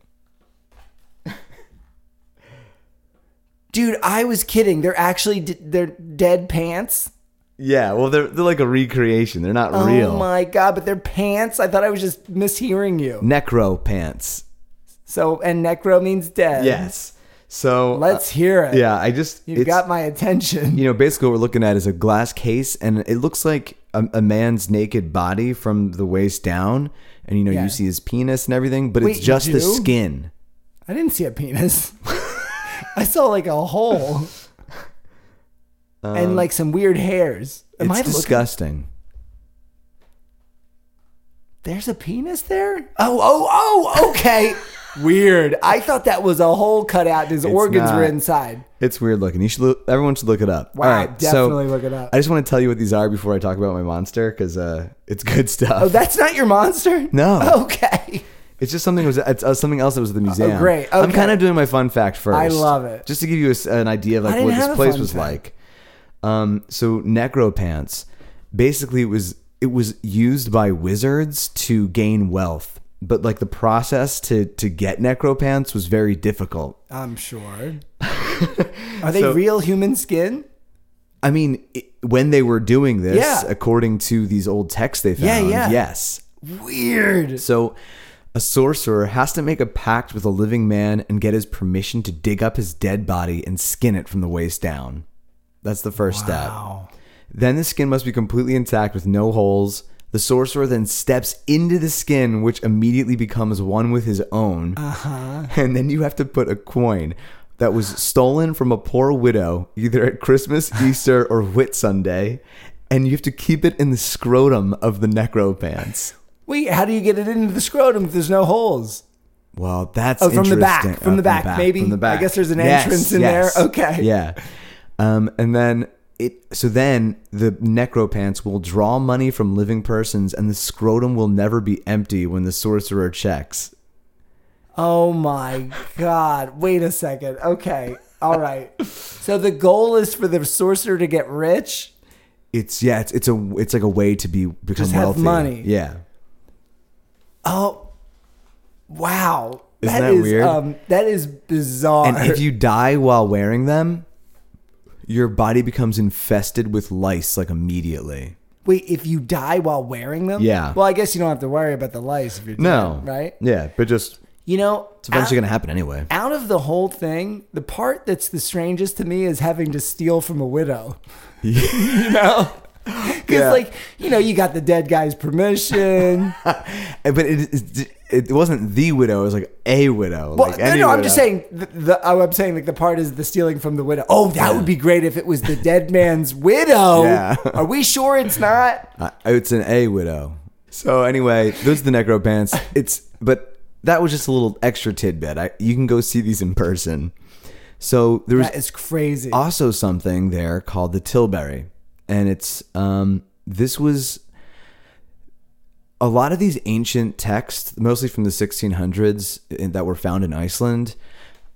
S2: Dude, I was kidding. They're actually d- they're dead pants.
S1: Yeah, well, they're they're like a recreation. They're not real.
S2: Oh my god! But they're pants. I thought I was just mishearing you.
S1: Necro pants.
S2: So and necro means dead.
S1: Yes. So uh,
S2: Let's hear it.
S1: yeah, I just
S2: You've
S1: it's-
S2: got my attention.
S1: you know basically what we're looking at is a glass case, and it looks like a, a man's naked body from the waist down, and you know
S2: Yeah.
S1: you see his penis and everything, but
S2: Wait,
S1: it's
S2: you
S1: just the
S2: do?
S1: skin.
S2: I didn't see a penis. (laughs) I saw like a hole and like some weird hairs. Am
S1: Um, it's
S2: I looking?
S1: disgusting.
S2: There's a penis there? Oh, oh, oh, okay. weird. I thought that was a hole cut out. His organs were
S1: not.
S2: inside.
S1: It's weird looking. You should look, everyone should look it up.
S2: Wow,
S1: All right,
S2: definitely
S1: so
S2: look it up.
S1: I just want to tell you what these are before I
S2: Oh,
S1: talk about my monster because uh, it's good stuff.
S2: That's not your monster?
S1: No.
S2: Okay.
S1: It's just something was it's uh, something else that was at the museum.
S2: Oh, great.
S1: I'm
S2: Okay.
S1: kind of doing my fun fact first.
S2: I love it.
S1: Just to give you a s an idea of like
S2: didn't
S1: what this
S2: have a
S1: place
S2: fun
S1: was
S2: fact.
S1: like. Um, so necropants, basically, it was it was used by wizards to gain wealth, but like the process to to get necropants was very difficult. (laughs)
S2: I'm sure. Are they
S1: So-
S2: real human skin?
S1: I mean, it, when they were doing this,
S2: Yeah.
S1: according to these old texts they found,
S2: Yeah, yeah.
S1: yes,
S2: Weird.
S1: So a sorcerer has to make a pact with a living man and get his permission to dig up his dead body and skin it from the waist down. That's the first step.
S2: Wow.
S1: Then the skin must be completely intact with no holes. The sorcerer then steps into the skin, which immediately becomes one with his own. Uh-huh. And then you have to put a coin that was stolen from a poor widow, either at Christmas, Easter, or Whitsunday, and you have to keep it in the scrotum of the necropants.
S2: Wait, how do you get it into the scrotum if there's no holes?
S1: Well, that's
S2: Oh, from the back,
S1: interesting.
S2: from the back, maybe. I guess there's an entrance in there. Okay.
S1: Yeah. Um, and then it. So then the necropants will draw money from living persons, and the scrotum will never be empty when the sorcerer checks.
S2: Oh my god. Wait a second. Okay. All right. So the goal is for the sorcerer to get rich.
S1: It's yeah. It's, it's a it's like a way to be become
S2: Just have
S1: wealthy.
S2: money.
S1: Yeah.
S2: Oh. Wow. um,
S1: Isn't that weird?
S2: that is bizarre.
S1: And if you die while wearing them, your body becomes infested with lice like immediately.
S2: Wait, if you die while wearing them?
S1: Yeah.
S2: Well, I guess you don't have to worry about the lice if you're dead,
S1: No.
S2: right? Ah.
S1: Yeah, but just
S2: You know,
S1: it's eventually
S2: out,
S1: gonna happen anyway.
S2: out of the whole thing, the part that's the strangest to me is having to steal from
S1: (laughs)
S2: a widow. you (laughs) know? Because,
S1: Yeah.
S2: like, you know, you got the dead guy's permission.
S1: And- (laughs) but it, it it wasn't the widow. It was like a widow.
S2: Well,
S1: like
S2: no,
S1: any
S2: no, I'm
S1: widow.
S2: just saying. The, the, oh, I'm saying like the part is the stealing from the widow. Oh, that would be great if it was the dead man's widow.
S1: Yeah.
S2: Are we sure it's not?
S1: (laughs) Uh, it's an a widow. So anyway, those are the necro
S2: (laughs)
S1: pants. It's but that was just a little extra tidbit. I, you can go see these in person. So there was
S2: That is crazy.
S1: also something there called the Tilbury, and it's um, this was a lot of these ancient texts, mostly from the 1600s in- that were found in Iceland.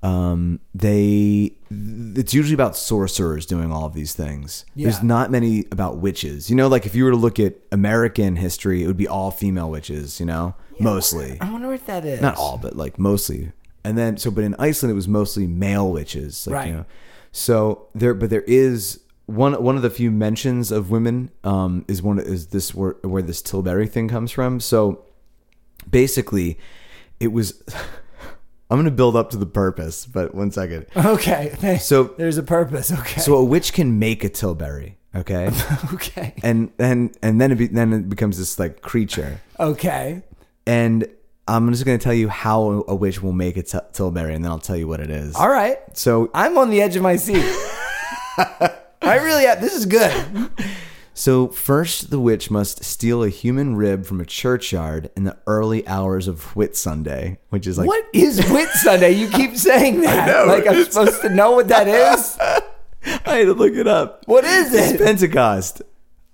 S1: Um, they it's usually about sorcerers doing all of these things. There's
S2: Yeah.
S1: not many about witches. You know, like if you were to look at American history, it would be all female witches. You know, mostly
S2: I wonder what that is.
S1: not all, but like mostly. And then so, but in Iceland, it was mostly male witches, like,
S2: Right.
S1: You know. So there, but there is one one of the few mentions of women um, is one is this where where this Tilbury thing comes from. So basically, it was. (laughs) I'm going to build up to the purpose, but one second.
S2: Okay. (laughs) Thanks.
S1: So
S2: There's a purpose. Okay.
S1: so a witch can make a Tilbury, okay,
S2: (laughs) okay.
S1: and and and then it be, then it becomes this like creature.
S2: Okay.
S1: And I'm just going to tell you how a witch will make a t- tilbury, and then I'll tell you what it is.
S2: All right.
S1: So,
S2: I'm on the edge of my
S1: (laughs)
S2: seat. I really am. This is good.
S1: so first, the witch must steal a human rib from a churchyard in the early hours of Whit Sunday, which is like (laughs)
S2: What is Whit Sunday? You keep saying that. Like I'm supposed to know what
S1: (laughs)
S2: that is.
S1: I had to look it up.
S2: What is it?
S1: Pentecost.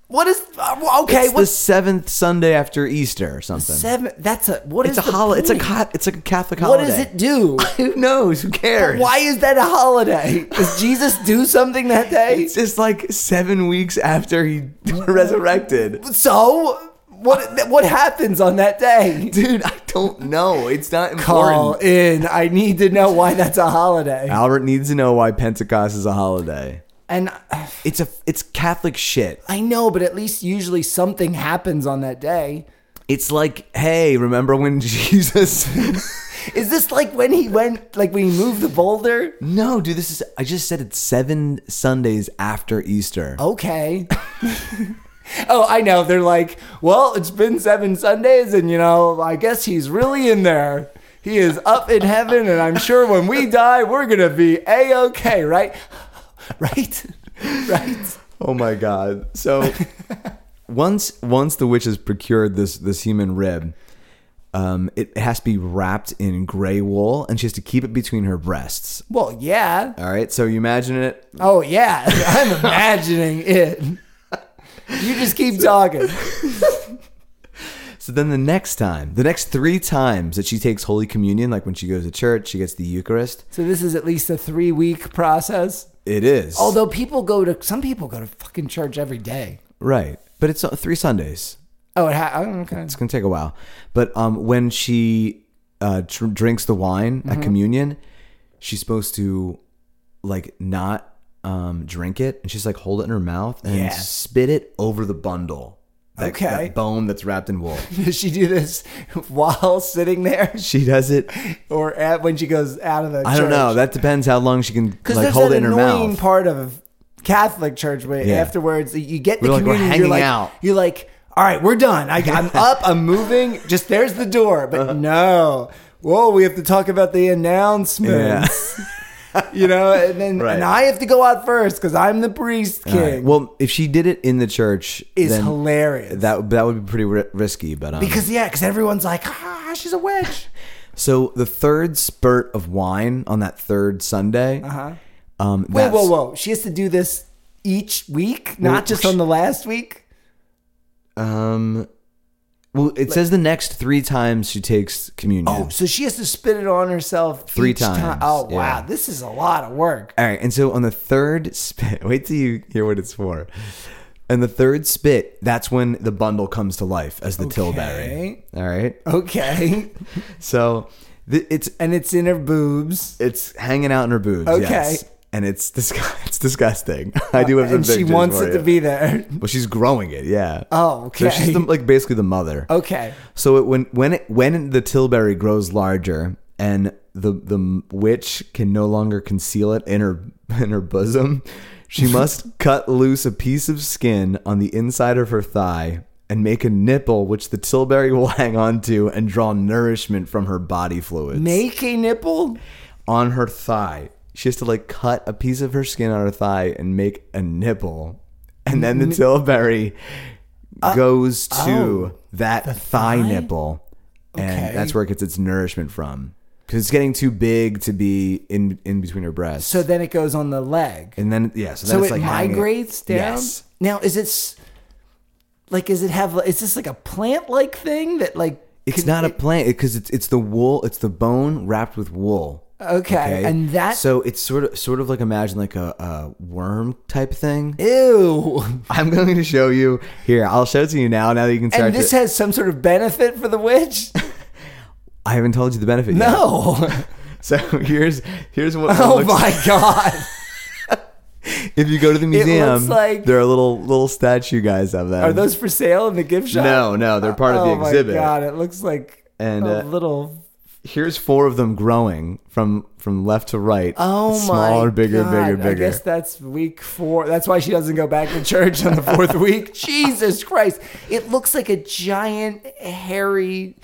S2: What is? uh, Okay.
S1: It's the
S2: what's
S1: seventh Sunday after Easter or something.
S2: seven? That's a. What is
S1: it's a
S2: the
S1: holiday. It's a
S2: point?
S1: co- it's a Catholic
S2: What
S1: holiday.
S2: does it do?
S1: Who knows? Who cares?
S2: Why is that a holiday? Does Jesus do something that day?
S1: It's just like seven weeks after he (laughs) resurrected.
S2: So what? What happens on that day?
S1: Dude, I don't know. It's not important.
S2: Call in. I need to know why that's a holiday.
S1: Albert needs to know why Pentecost is a holiday.
S2: And
S1: It's a it's Catholic shit.
S2: I know, but at least usually something happens on that day.
S1: It's like, hey, remember when (laughs) Jesus?
S2: Is this like when he went? Like when he moved the boulder?
S1: no, dude, this is. I just said it's seven Sundays after Easter.
S2: okay. oh, I know. They're like, well, it's been seven Sundays, and you know, I guess he's really in there. He is up in heaven, and I'm sure when we die, we're gonna be a okay, right? (laughs) Right? (laughs) right?
S1: Oh my god! (laughs) So once once the witch has procured this this human rib, um, it has to be wrapped in gray wool, and she has to keep it between her breasts.
S2: Well, yeah.
S1: All right, so you imagine it.
S2: Oh, yeah. (laughs) I'm imagining it. You just keep talking.
S1: So then the next time, the next three times that she takes Holy Communion, like when she goes to church, she gets the Eucharist.
S2: So this is at least a three week process.
S1: It is.
S2: Although people go to some people go to fucking church every day.
S1: right. But it's uh, three Sundays.
S2: Oh, it ha- oh, okay.
S1: It's gonna take a while. But um, when she uh, tr- drinks the wine
S2: Mm-hmm.
S1: at communion, she's supposed to like not um, drink it, and she's like hold it in her mouth and
S2: Yeah.
S1: spit it over the bundle. That,
S2: Okay.
S1: that bone that's wrapped
S2: (laughs)
S1: in wool.
S2: Does she do this while sitting there,
S1: she does it.
S2: or at, when she goes out of the?
S1: I don't know. That depends how long she can
S2: because
S1: like
S2: there's
S1: hold it
S2: that
S1: in her
S2: annoying
S1: mouth.
S2: part of Catholic church where
S1: Yeah.
S2: afterwards you get the
S1: We're like, we're
S2: communion,
S1: hanging
S2: you're like,
S1: out.
S2: You're like, all right, we're done. I,
S1: (laughs)
S2: I'm up. I'm moving. Just there's the door,
S1: Uh-huh.
S2: but no. Whoa, we have to talk about
S1: (laughs)
S2: the announcements. (laughs) you know, and then
S1: Right.
S2: and I have to go out first because I'm the priest king.
S1: All right. Well, if she did it in the church,
S2: is
S1: then
S2: hilarious.
S1: that that would be pretty ri- risky. But um,
S2: because yeah, because everyone's like, ah, she's a witch.
S1: so the third spurt of wine on that third Sunday. Uh-huh. Um,
S2: Wait,
S1: that's-
S2: whoa, whoa! She has to do this each week, not just on the last week.
S1: Um, well, it says the next three times she takes communion.
S2: Oh, So she has to spit it on herself
S1: Three
S2: each ti-
S1: times,
S2: Oh
S1: yeah.
S2: wow, this is a lot of work.
S1: All right, and so on the third spit, (laughs) wait till you hear what it's for. And the third spit, that's when the bundle comes to life as the Tilbury.
S2: Okay.
S1: All right,
S2: (laughs) Okay,
S1: so th- it's
S2: and it's in her boobs.
S1: it's hanging out in her boobs.
S2: Okay.
S1: yes. and it's dis- (laughs) it's disgusting. I do have some
S2: and she
S1: pictures
S2: wants
S1: for
S2: it to
S1: you.
S2: be there. (laughs)
S1: Well, she's growing it. Yeah.
S2: Oh,
S1: So she's
S2: okay. Oh.
S1: the, like basically the mother.
S2: Okay,
S1: So it, when when it, when the Tilbury grows larger and the the witch can no longer conceal it in her (laughs) in her bosom,
S2: (laughs)
S1: she must cut loose a piece of skin on the inside of her thigh and make a nipple which the Tilbury (laughs) will hang onto and draw nourishment from her body fluids
S2: make a nipple.
S1: on her thigh. She has to like cut a piece of her skin on her thigh and make a nipple, and then the Tilbury
S2: uh,
S1: goes to that thigh, nipple, and
S2: oh, Okay.
S1: that's where it gets its nourishment from. Because it's getting too big to be in in between her breasts.
S2: So then it goes on the leg.
S1: and then yeah, so, then
S2: so
S1: it's
S2: it
S1: like hanging-
S2: migrates down.
S1: Yes.
S2: Now is it s- like is it have is this like a plant like thing that like
S1: It's not a plant because it's it's the wool, it's the bone wrapped with wool.
S2: Okay, and that-
S1: so it's sort of sort of like imagine like a, a worm type thing.
S2: ew?
S1: I'm going to show you here. I'll show it to you now. Now that you can start.
S2: And this
S1: to,
S2: has some sort of benefit for the
S1: (laughs)
S2: witch?
S1: I haven't told you the benefit. yet.
S2: No.
S1: So (laughs) here's here's what. it
S2: oh
S1: looks
S2: my
S1: (laughs)
S2: god.
S1: like. If you go to the museum,
S2: looks like-
S1: there are little little statue guys of them.
S2: Are those for sale in the gift shop?
S1: No,
S2: (laughs)
S1: no, they're part of the
S2: oh
S1: exhibit.
S2: my god, it looks like
S1: And,
S2: a
S1: uh,
S2: little
S1: Here's four of them growing from from left to right.
S2: Oh
S1: smaller,
S2: my
S1: bigger,
S2: God.
S1: bigger, bigger.
S2: I guess that's week 4. That's why she doesn't go back to church on
S1: (laughs)
S2: the fourth week. Jesus Christ. It looks like a giant hairy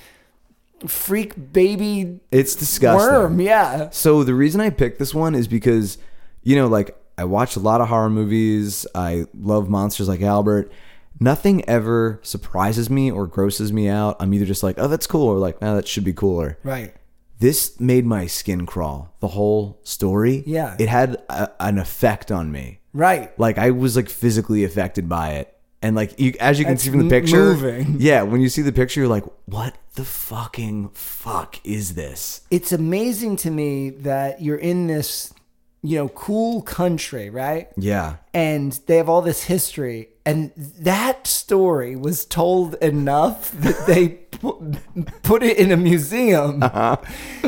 S2: freak baby
S1: it's disgusting.
S2: worm. Yeah.
S1: So the reason I picked this one is because, you know, like I watch a lot of horror movies. I love monsters like Albert. Nothing ever surprises me or grosses me out. I'm either just like, oh, that's cool, or like, oh, that should be cooler.
S2: Right.
S1: This made my skin crawl. The whole story.
S2: Yeah.
S1: It had a, an effect on me.
S2: Right.
S1: Like I was like physically affected by it. And like you, as you can see from the
S2: m-
S1: picture,
S2: moving.
S1: yeah, when you see the picture, you're like, what the fucking fuck is this?
S2: it's amazing to me that you're in this, you know, cool country, right?
S1: Yeah.
S2: And they have all this history. And that story was told enough (laughs) that they pu- put it in a museum. (laughs)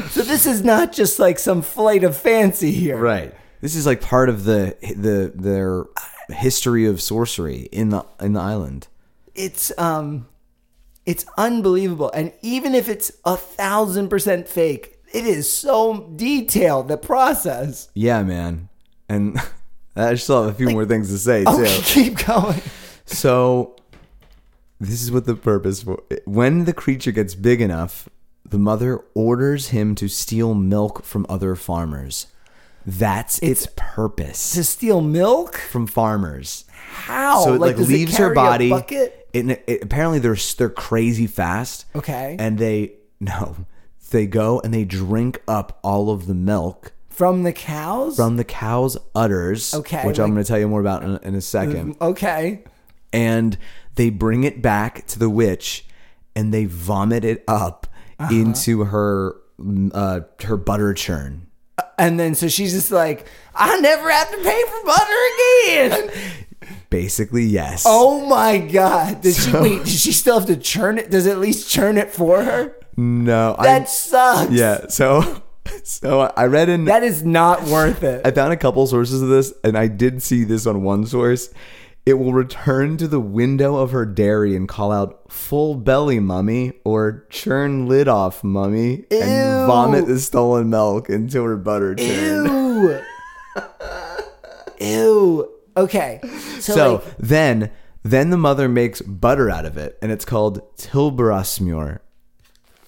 S2: So this is not just like some flight of fancy here.
S1: Right. This is like part of the the their history of sorcery in the in the island.
S2: It's um it's unbelievable. And even if it's a thousand percent fake, it is so detailed, the process.
S1: Yeah, man. And (laughs) I still have a few more things to say too.
S2: Okay, (laughs) keep going.
S1: So this is what the purpose for when the creature gets big enough, the mother orders him to steal milk from other farmers. That's its, purpose
S2: To steal milk?
S1: from farmers.
S2: How?
S1: so it like,
S2: does it
S1: leaves
S2: carry
S1: her
S2: a
S1: body.
S2: bucket?
S1: It, it- apparently they're they're crazy fast.
S2: Okay.
S1: And they (laughs) no, they go and they drink up all of the milk
S2: From the cows?
S1: from the cow's udders.
S2: Okay,
S1: Which I'm
S2: like- Mm-hmm.
S1: going to tell you more about in, in a second.
S2: okay.
S1: And they bring it back to the witch, and they vomit it up
S2: Uh-huh.
S1: into her mm, uh, her butter churn.
S2: And then so she's just like, I never have to pay for butter again.
S1: Basically, yes.
S2: Oh my god! Did she wait? Does she still have to churn it? Does it at least churn it for her?
S1: no,
S2: That
S1: I,
S2: sucks.
S1: yeah. So, (laughs) so I read in
S2: That is not
S1: (laughs)
S2: worth it.
S1: I found a couple sources of this, and I did see this on one source. It will return to the window of her dairy and call out "full belly, mummy" or "churn lid off, mummy,"
S2: Ew.
S1: and vomit the stolen milk into her butter churn.
S2: Ew. Ew. Okay. So,
S1: So
S2: like,
S1: then, then the mother makes butter out of it, and it's called Tilberasmure.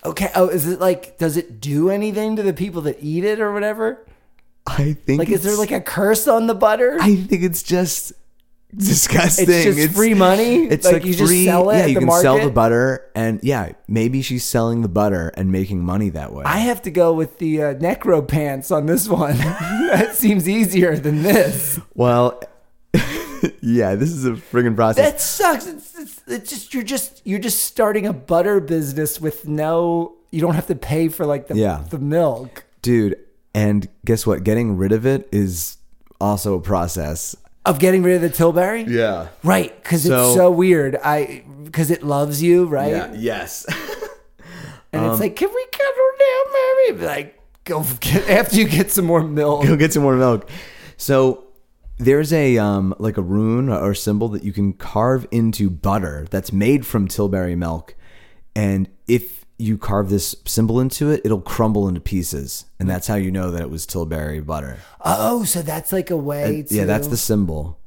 S2: okay. Oh, is it like? Does it do anything to the people that eat it or whatever?
S1: I think
S2: Like, is there
S1: it's-
S2: like a curse on the butter?
S1: I think it's just disgusting.
S2: it's just free (laughs) money.
S1: It's
S2: like,
S1: like,
S2: you
S1: free,
S2: just sell it.
S1: Yeah,
S2: at
S1: you
S2: the
S1: can
S2: market?
S1: sell the butter, and yeah, maybe she's selling the butter and making money that way.
S2: I have to go with the uh, necro pants on this one. (laughs) that seems easier than this.
S1: well, (laughs) yeah, this is a friggin' process.
S2: That sucks. It's, it's, it's just you're just you're just starting a butter business with no. You don't have to pay for like the
S1: Yeah.
S2: the milk.
S1: Dude, and guess what? Getting rid of it is also a process.
S2: Of getting rid of the Tilbury,
S1: Yeah.
S2: right? Because
S1: So-
S2: it's so weird. I because it loves you, right?
S1: yes. (laughs)
S2: And it's like, can we cuddle down, Mary? Be Like, go get, after you get some more
S1: (laughs)
S2: milk.
S1: Go get some more milk. So there's a um like a rune or symbol that you can carve into butter that's made from Tilbury milk, and if you carve this symbol into it, it'll crumble into pieces, and that's how you know that it was Tilbury butter.
S2: Oh, so that's like a way. to,
S1: Yeah, that's the symbol.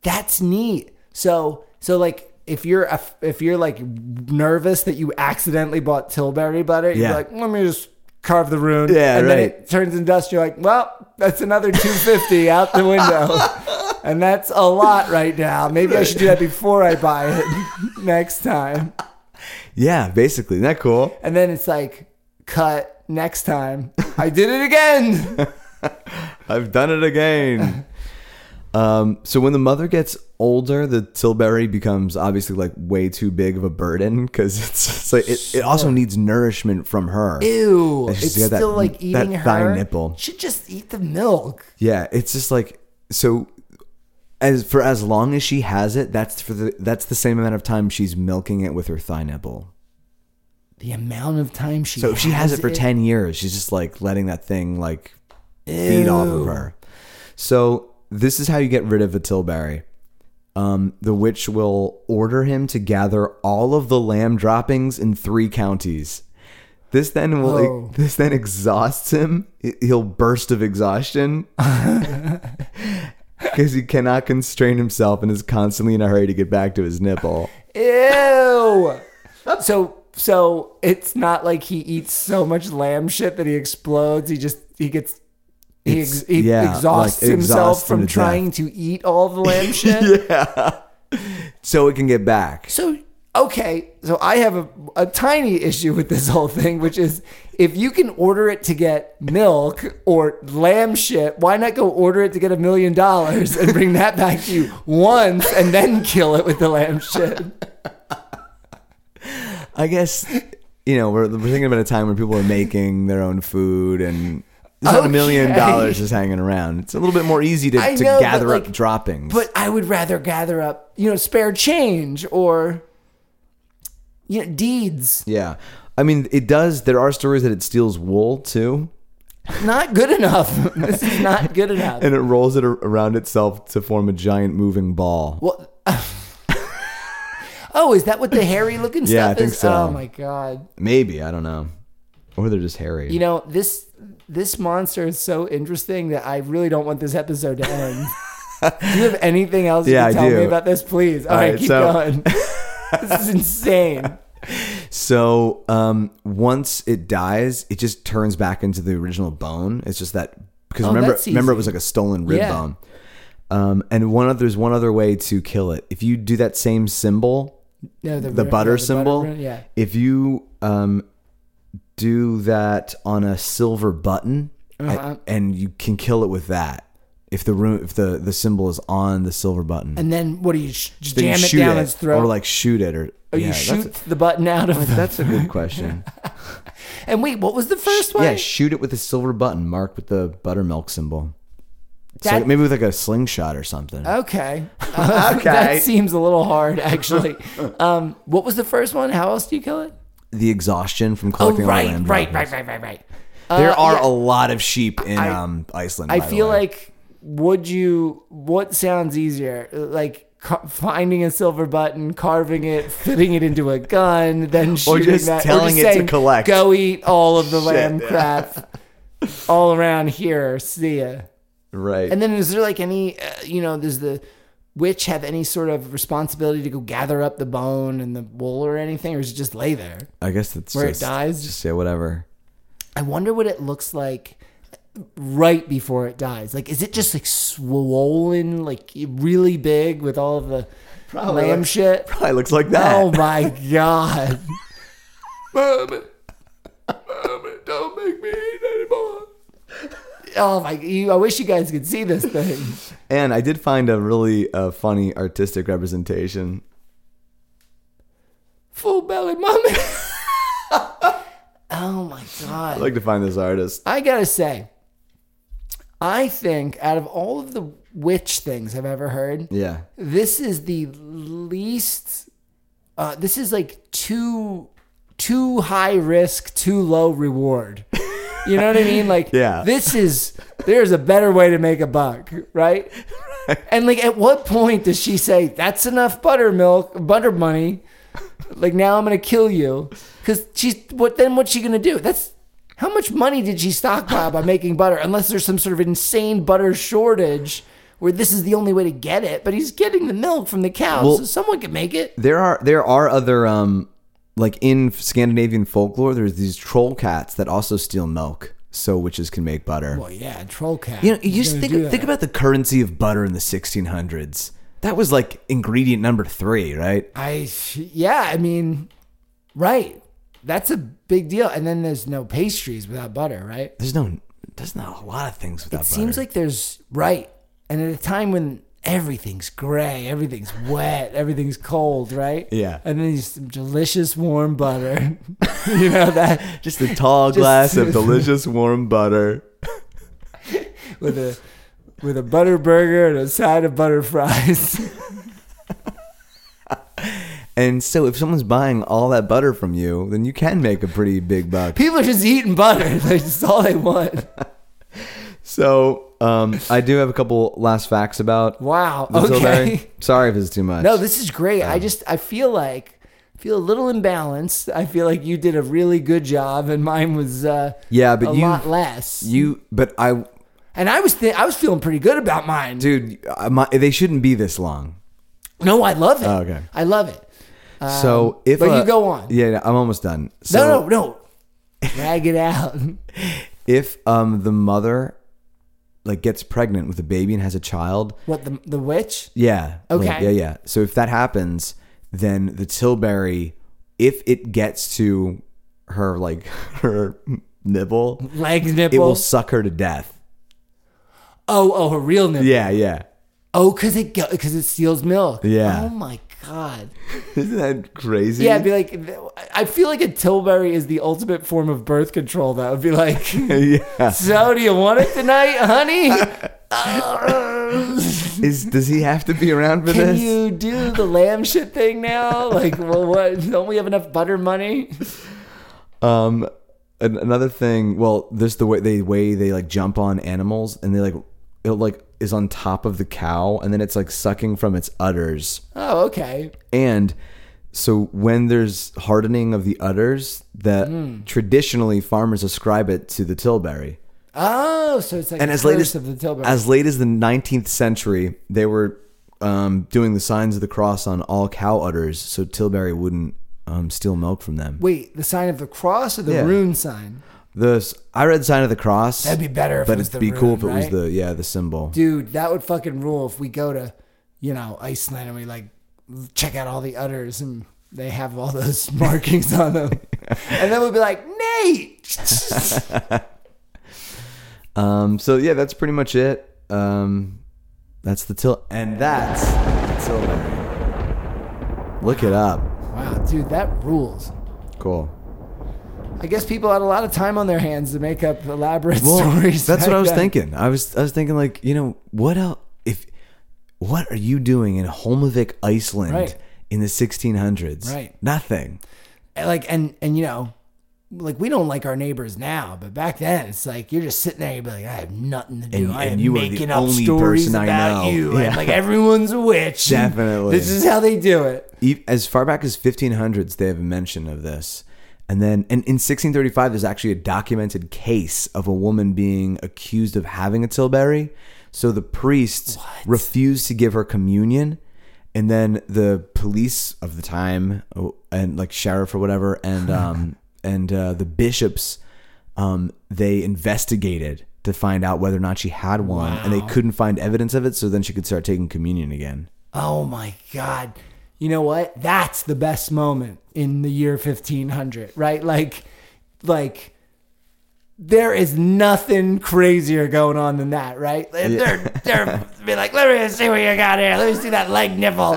S2: That's neat. So so like if you're a, if you're like nervous that you accidentally bought Tilbury butter, you're
S1: Yeah.
S2: like, let me just carve the rune.
S1: Yeah,
S2: and then
S1: right.
S2: it turns into dust. You're like, well, that's another two fifty out the
S1: (laughs)
S2: window, and that's a lot right now. Maybe I should do that before I buy it (laughs) next time.
S1: Yeah, basically. Isn't that cool?
S2: And then it's like, cut next time. I did
S1: (laughs)
S2: it again.
S1: I've done it again. um, so when the mother gets older, the tilbury becomes obviously like way too big of a burden because it's, it's like it, it also needs nourishment from her.
S2: Ew,
S1: And she's
S2: it's
S1: got that-
S2: still like
S1: that
S2: eating
S1: thigh
S2: her.
S1: nipple.
S2: Should just eat the milk.
S1: Yeah, it's just like so. As for as long as she has it, that's for the that's the same amount of time she's milking it with her thigh nipple.
S2: The amount of time she
S1: So if she has it for ten years, she's just like letting that thing like feed off of her. So this is how you get rid of a tilbury. Um, the witch will order him to gather all of the lamb droppings in three counties. This then will e-,
S2: Whoa.
S1: this then exhausts him. He- He'll burst of (laughs) exhaustion because he cannot constrain himself and is constantly in a hurry to get back to his nipple. (laughs)
S2: Ew. so so it's not like he eats so much lamb shit that he explodes. He just he gets he, ex- he
S1: yeah,
S2: exhausts
S1: like,
S2: himself
S1: exhausts him
S2: from
S1: to death.
S2: trying to eat all
S1: (laughs)
S2: the lamb shit.
S1: So it can get back.
S2: So okay, so I have a, a tiny issue with this whole thing, which is if you can order it to get milk or lamb shit, why not go order it to get a million dollars and bring that back to you once and then kill it with the lamb shit?
S1: I guess you know we're, we're thinking about a time when people are making their own food and there's not a million
S2: Okay.
S1: dollars just hanging around. It's a little bit more easy to,
S2: I
S1: to
S2: know, but
S1: gather
S2: like-
S1: up droppings.
S2: But I would rather gather up, you know, spare change or you know, deeds.
S1: yeah, I mean it does. There are stories that it steals wool too,
S2: Not good enough. (laughs) this is not good enough.
S1: and it rolls it ar- around itself to form a giant moving ball.
S2: Well, (laughs) oh, is that what the hairy looking
S1: Yeah, I
S2: stuff
S1: think
S2: is?
S1: so.
S2: Oh my god!
S1: Maybe I don't know, or they're just hairy.
S2: You know this this monster is so interesting that I really don't want this episode to
S1: (laughs)
S2: end. do you have anything else
S1: Yeah,
S2: you
S1: I
S2: can tell me
S1: do.
S2: about this, please? All
S1: All
S2: right,
S1: right,
S2: keep
S1: so- (laughs)
S2: going. this is insane.
S1: So um, once it dies, it just turns back into the original bone. It's just that because remember,
S2: Oh, that's
S1: remember it
S2: easy.
S1: was like a stolen rib
S2: Yeah.
S1: bone. Um, and one other, there's one other way to kill it. If you do that same symbol,
S2: No, the,
S1: the
S2: ru-
S1: butter
S2: yeah,
S1: symbol,
S2: ru- yeah.
S1: if you um,
S2: Uh-huh.
S1: do that on a silver button, a- and you can kill it with that. if the room if the the symbol is on the silver button.
S2: And then what do you sh-
S1: Then you
S2: jam it
S1: shoot
S2: down his throat?
S1: or like shoot it, or
S2: or
S1: yeah,
S2: you
S1: that's
S2: shoot the button out
S1: (laughs)
S2: of
S1: a-
S2: the.
S1: That's a good question.
S2: (laughs) And wait, what was the first one?
S1: yeah, shoot it with a silver button marked with the buttermilk symbol. So
S2: That- Oh.
S1: maybe with like a slingshot or something.
S2: (laughs) Okay. Uh,
S1: (laughs) Okay.
S2: That seems a little
S1: (laughs)
S2: hard, actually. um, what was the first one? How else do you kill it?
S1: the exhaustion from
S2: Oh,
S1: collecting all the
S2: right,
S1: land
S2: right,
S1: properties.
S2: right, right, right, right. Uh,
S1: There are
S2: yeah.
S1: a lot of sheep in
S2: I-
S1: um, Iceland.
S2: I
S1: by the
S2: feel
S1: way.
S2: like would you? What sounds easier? Like ca- finding a silver button, carving it, fitting it into a gun, then shooting
S1: just
S2: that,
S1: telling it to
S2: saying,
S1: collect.
S2: Go eat all of the lamb
S1: yeah. (laughs)
S2: crap all around here. See ya.
S1: right.
S2: And then is there like any, uh, you know, does the witch have any sort of responsibility to go gather up the bone and the wool or anything, or is it just lay there?
S1: I guess it's
S2: where it
S1: just,
S2: dies?
S1: Just say
S2: (laughs)
S1: whatever.
S2: I wonder what it looks like right before it dies. Like, is it just like swollen, like really big with all of the
S1: Probably
S2: lamb
S1: looks-
S2: shit?
S1: Probably looks like that.
S2: Oh my (laughs) god.
S1: Mama, mama, don't make me eat anymore.
S2: Oh my! You, I wish you guys could see this thing.
S1: And I did find a really uh, funny artistic representation.
S2: Full belly, mommy. (laughs) oh my god!
S1: I'd like to find this artist.
S2: I gotta say, I think out of all of the witch things I've ever heard,
S1: Yeah.
S2: this is the least. Uh, this is like too too high risk, too low reward. You know what I mean? (laughs) Like,
S1: Yeah.
S2: this is there's a better way to make a buck, (laughs) right? And like, at what point does she say that's enough buttermilk, butter money? Like now I'm gonna kill you because she's what? Then what's she gonna do? That's how much money did she stockpile by making butter? Unless there's some sort of insane butter shortage where this is the only way to get it. But he's getting the milk from the cow,
S1: Well-
S2: so someone can make it.
S1: There are there are other um like in Scandinavian folklore there's these troll cats that also steal milk so witches can make butter.
S2: Well, Oh, yeah, troll cat.
S1: You know, you just
S2: gonna
S1: think
S2: do that.
S1: think about the currency of butter in the 1600s. That was like ingredient number 3, right?
S2: I yeah, I mean, right. That's a big deal. And then there's no pastries without butter, right?
S1: There's no there's not a lot of things without
S2: It
S1: butter.
S2: seems like there's right. And at a time when everything's gray, everything's wet, (laughs) everything's cold, right?
S1: Yeah.
S2: And then there's some delicious warm butter. (laughs) you know that
S1: just a
S2: (laughs)
S1: tall glass of delicious warm butter.
S2: with a with a butter burger and a side of butter fries. (laughs)
S1: And so if someone's buying all that butter from you, then you can make a pretty big buck.
S2: People are just eating butter. (laughs) That's all they want.
S1: So um, I do have a couple last facts about
S2: Wow.
S1: this whole
S2: okay. (laughs)
S1: thing. Sorry if it's too much.
S2: No, this is great.
S1: Um,
S2: I just I feel like I feel a little imbalanced. I feel like you did a really good job and mine was uh
S1: yeah, but
S2: a
S1: you
S2: lot less.
S1: you but I
S2: and I was th- I was feeling pretty good about mine.
S1: dude, I, my, they shouldn't be this long.
S2: No, I love it.
S1: Oh, okay.
S2: I love it.
S1: so if
S2: Um, but
S1: a-
S2: you go on.
S1: Yeah, I'm almost done. So
S2: no, no, no. Drag it out. (laughs)
S1: if um the mother like gets pregnant with a baby and has a child,
S2: What the the witch?
S1: yeah. like,
S2: Okay.
S1: yeah, yeah. So if that happens, then the Tilbury if it gets to her like (laughs) her nibble,
S2: Leg
S1: it will
S2: nipple.
S1: suck her to death.
S2: oh, oh, her real nipple.
S1: Yeah, yeah. (laughs)
S2: Oh, cuz it go- cuz it steals milk.
S1: Yeah.
S2: Oh my god.
S1: Isn't that crazy?
S2: Yeah, it'd be like I feel like a Tilbury is the ultimate form of birth control. That would be
S1: (laughs)
S2: like (laughs)
S1: yeah.
S2: So, do you want it tonight, honey? Uh,
S1: Is does he have to be around for
S2: Can
S1: this?
S2: you do the lamb shit thing now? Like, well, what? Don't we have enough butter money?
S1: Um, an- another thing. Well, there's the way they way they like jump on animals, and they like it like is on top of the cow, and then it's like sucking from its udders,
S2: Oh, okay.
S1: and so when there's hardening of the udders, that traditionally farmers ascribe it to the Tilbury.
S2: Oh, so it's like
S1: And
S2: a
S1: as late
S2: curse
S1: as
S2: of the Tilbury.
S1: as late as the 19th century, they were um, doing the signs of the cross on all cow udders, so Tilbury wouldn't um, steal milk from them.
S2: Wait, the sign of the cross or the
S1: Yeah.
S2: rune sign?
S1: The I read sign of the cross.
S2: That'd be better. If
S1: but
S2: it was
S1: it'd
S2: the
S1: be
S2: rune,
S1: cool if it
S2: right?
S1: was the yeah the symbol.
S2: dude. That would fucking rule if we go to, you know, Iceland and we like check out all the udders and they have all those (laughs) markings
S1: (laughs)
S2: on them, and then we'll be like, Nate. (laughs)
S1: Um, so yeah, that's pretty much it. um, that's the till, and that's the Tilbury. Look it up.
S2: Wow, dude, that rules.
S1: Cool.
S2: I guess people had a lot of time on their hands to make up elaborate
S1: Well,
S2: stories.
S1: That's
S2: back
S1: what I was
S2: then.
S1: thinking. I was I was thinking like, you know, what else if what are you doing in Holmavik, Iceland
S2: Right.
S1: in the 1600s?
S2: Right.
S1: Nothing.
S2: And, like and and you know like we don't like our neighbors now but back then it's like you're just sitting there you'd be like i have nothing to do
S1: And-
S2: i
S1: and
S2: am
S1: you are the
S2: making up
S1: only
S2: stories
S1: person I
S2: about
S1: know."
S2: you and
S1: Yeah.
S2: like everyone's a witch
S1: Definitely.
S2: this is how they do it
S1: E- As far back as 1500s they have a mention of this. And then and in 1635 there's actually a documented case of a woman being accused of having a Tilbury. So the priests refused to give her communion. And then the police of the time, oh, and like sheriff or whatever, and um, and uh, the bishops, um, they investigated to find out whether or not she had one, and they couldn't find evidence of it. So then she could start taking communion again.
S2: oh my god you know what that's the best moment in the year 1500 right like like there is nothing crazier going on than that, right? They're, they're be like, let me just see what you got here. Let me see that leg nipple.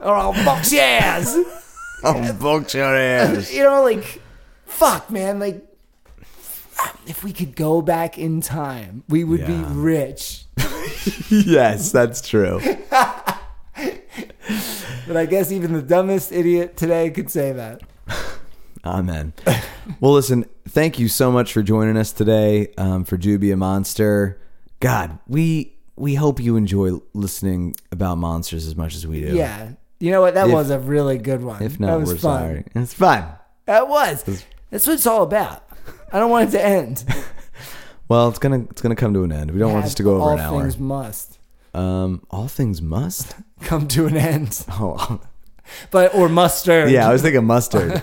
S2: or I'll box
S1: (laughs)
S2: your ass.
S1: Oh, booked your ass.
S2: You know, like, fuck, man. Like, if we could go back in time, we would
S1: Yeah.
S2: be rich.
S1: yes, that's true.
S2: But I guess even the dumbest idiot today could say that.
S1: Amen. Well, listen, thank you so much for joining us today um, for Dubia Monster. God, we we hope you enjoy listening about monsters as much as we do.
S2: Yeah. You know what? That was a really good one.
S1: If not,
S2: that was
S1: we're
S2: fun.
S1: sorry. It's fun.
S2: That was. That's what it's all about. I don't want it to
S1: (laughs)
S2: end.
S1: Well, it's gonna it's gonna come to an end. We don't want this to go over
S2: all
S1: an hour.
S2: things must
S1: um, all things
S2: (laughs)
S1: must.
S2: come to an end,
S1: Oh,
S2: but or muster.
S1: yeah. I was thinking
S2: (laughs)
S1: mustard.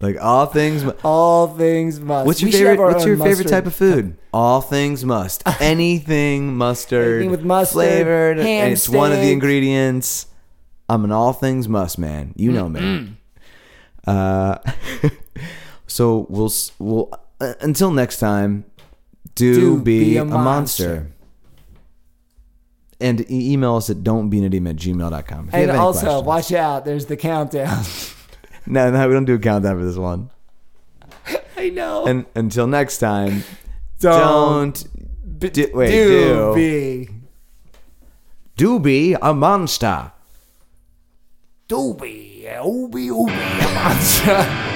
S1: like all things. Mu-
S2: all things must.
S1: what's your
S2: We should have
S1: favorite?
S2: our
S1: What's
S2: own
S1: your favorite
S2: mustard.
S1: type of food? All things (laughs) must. Anything mustard.
S2: Anything with mustard,
S1: flavored,
S2: ham
S1: and it's one of the
S2: steak.
S1: ingredients. I'm an all things must man. You know me. Uh, (laughs) so we'll s- we'll uh, until next time. Do,
S2: Do
S1: be,
S2: be a
S1: a, monster. And e- email us at don'tbenidim at gmail.com. If you
S2: And
S1: have any
S2: also,
S1: questions.
S2: watch out. There's the countdown. (laughs)
S1: no, no, we don't do a countdown for this one.
S2: I know.
S1: And until next time,
S2: Don't
S1: don't
S2: B-
S1: do- wait, do.
S2: do be
S1: do be a monster.
S2: do be a- ooby ooby a (laughs) monster.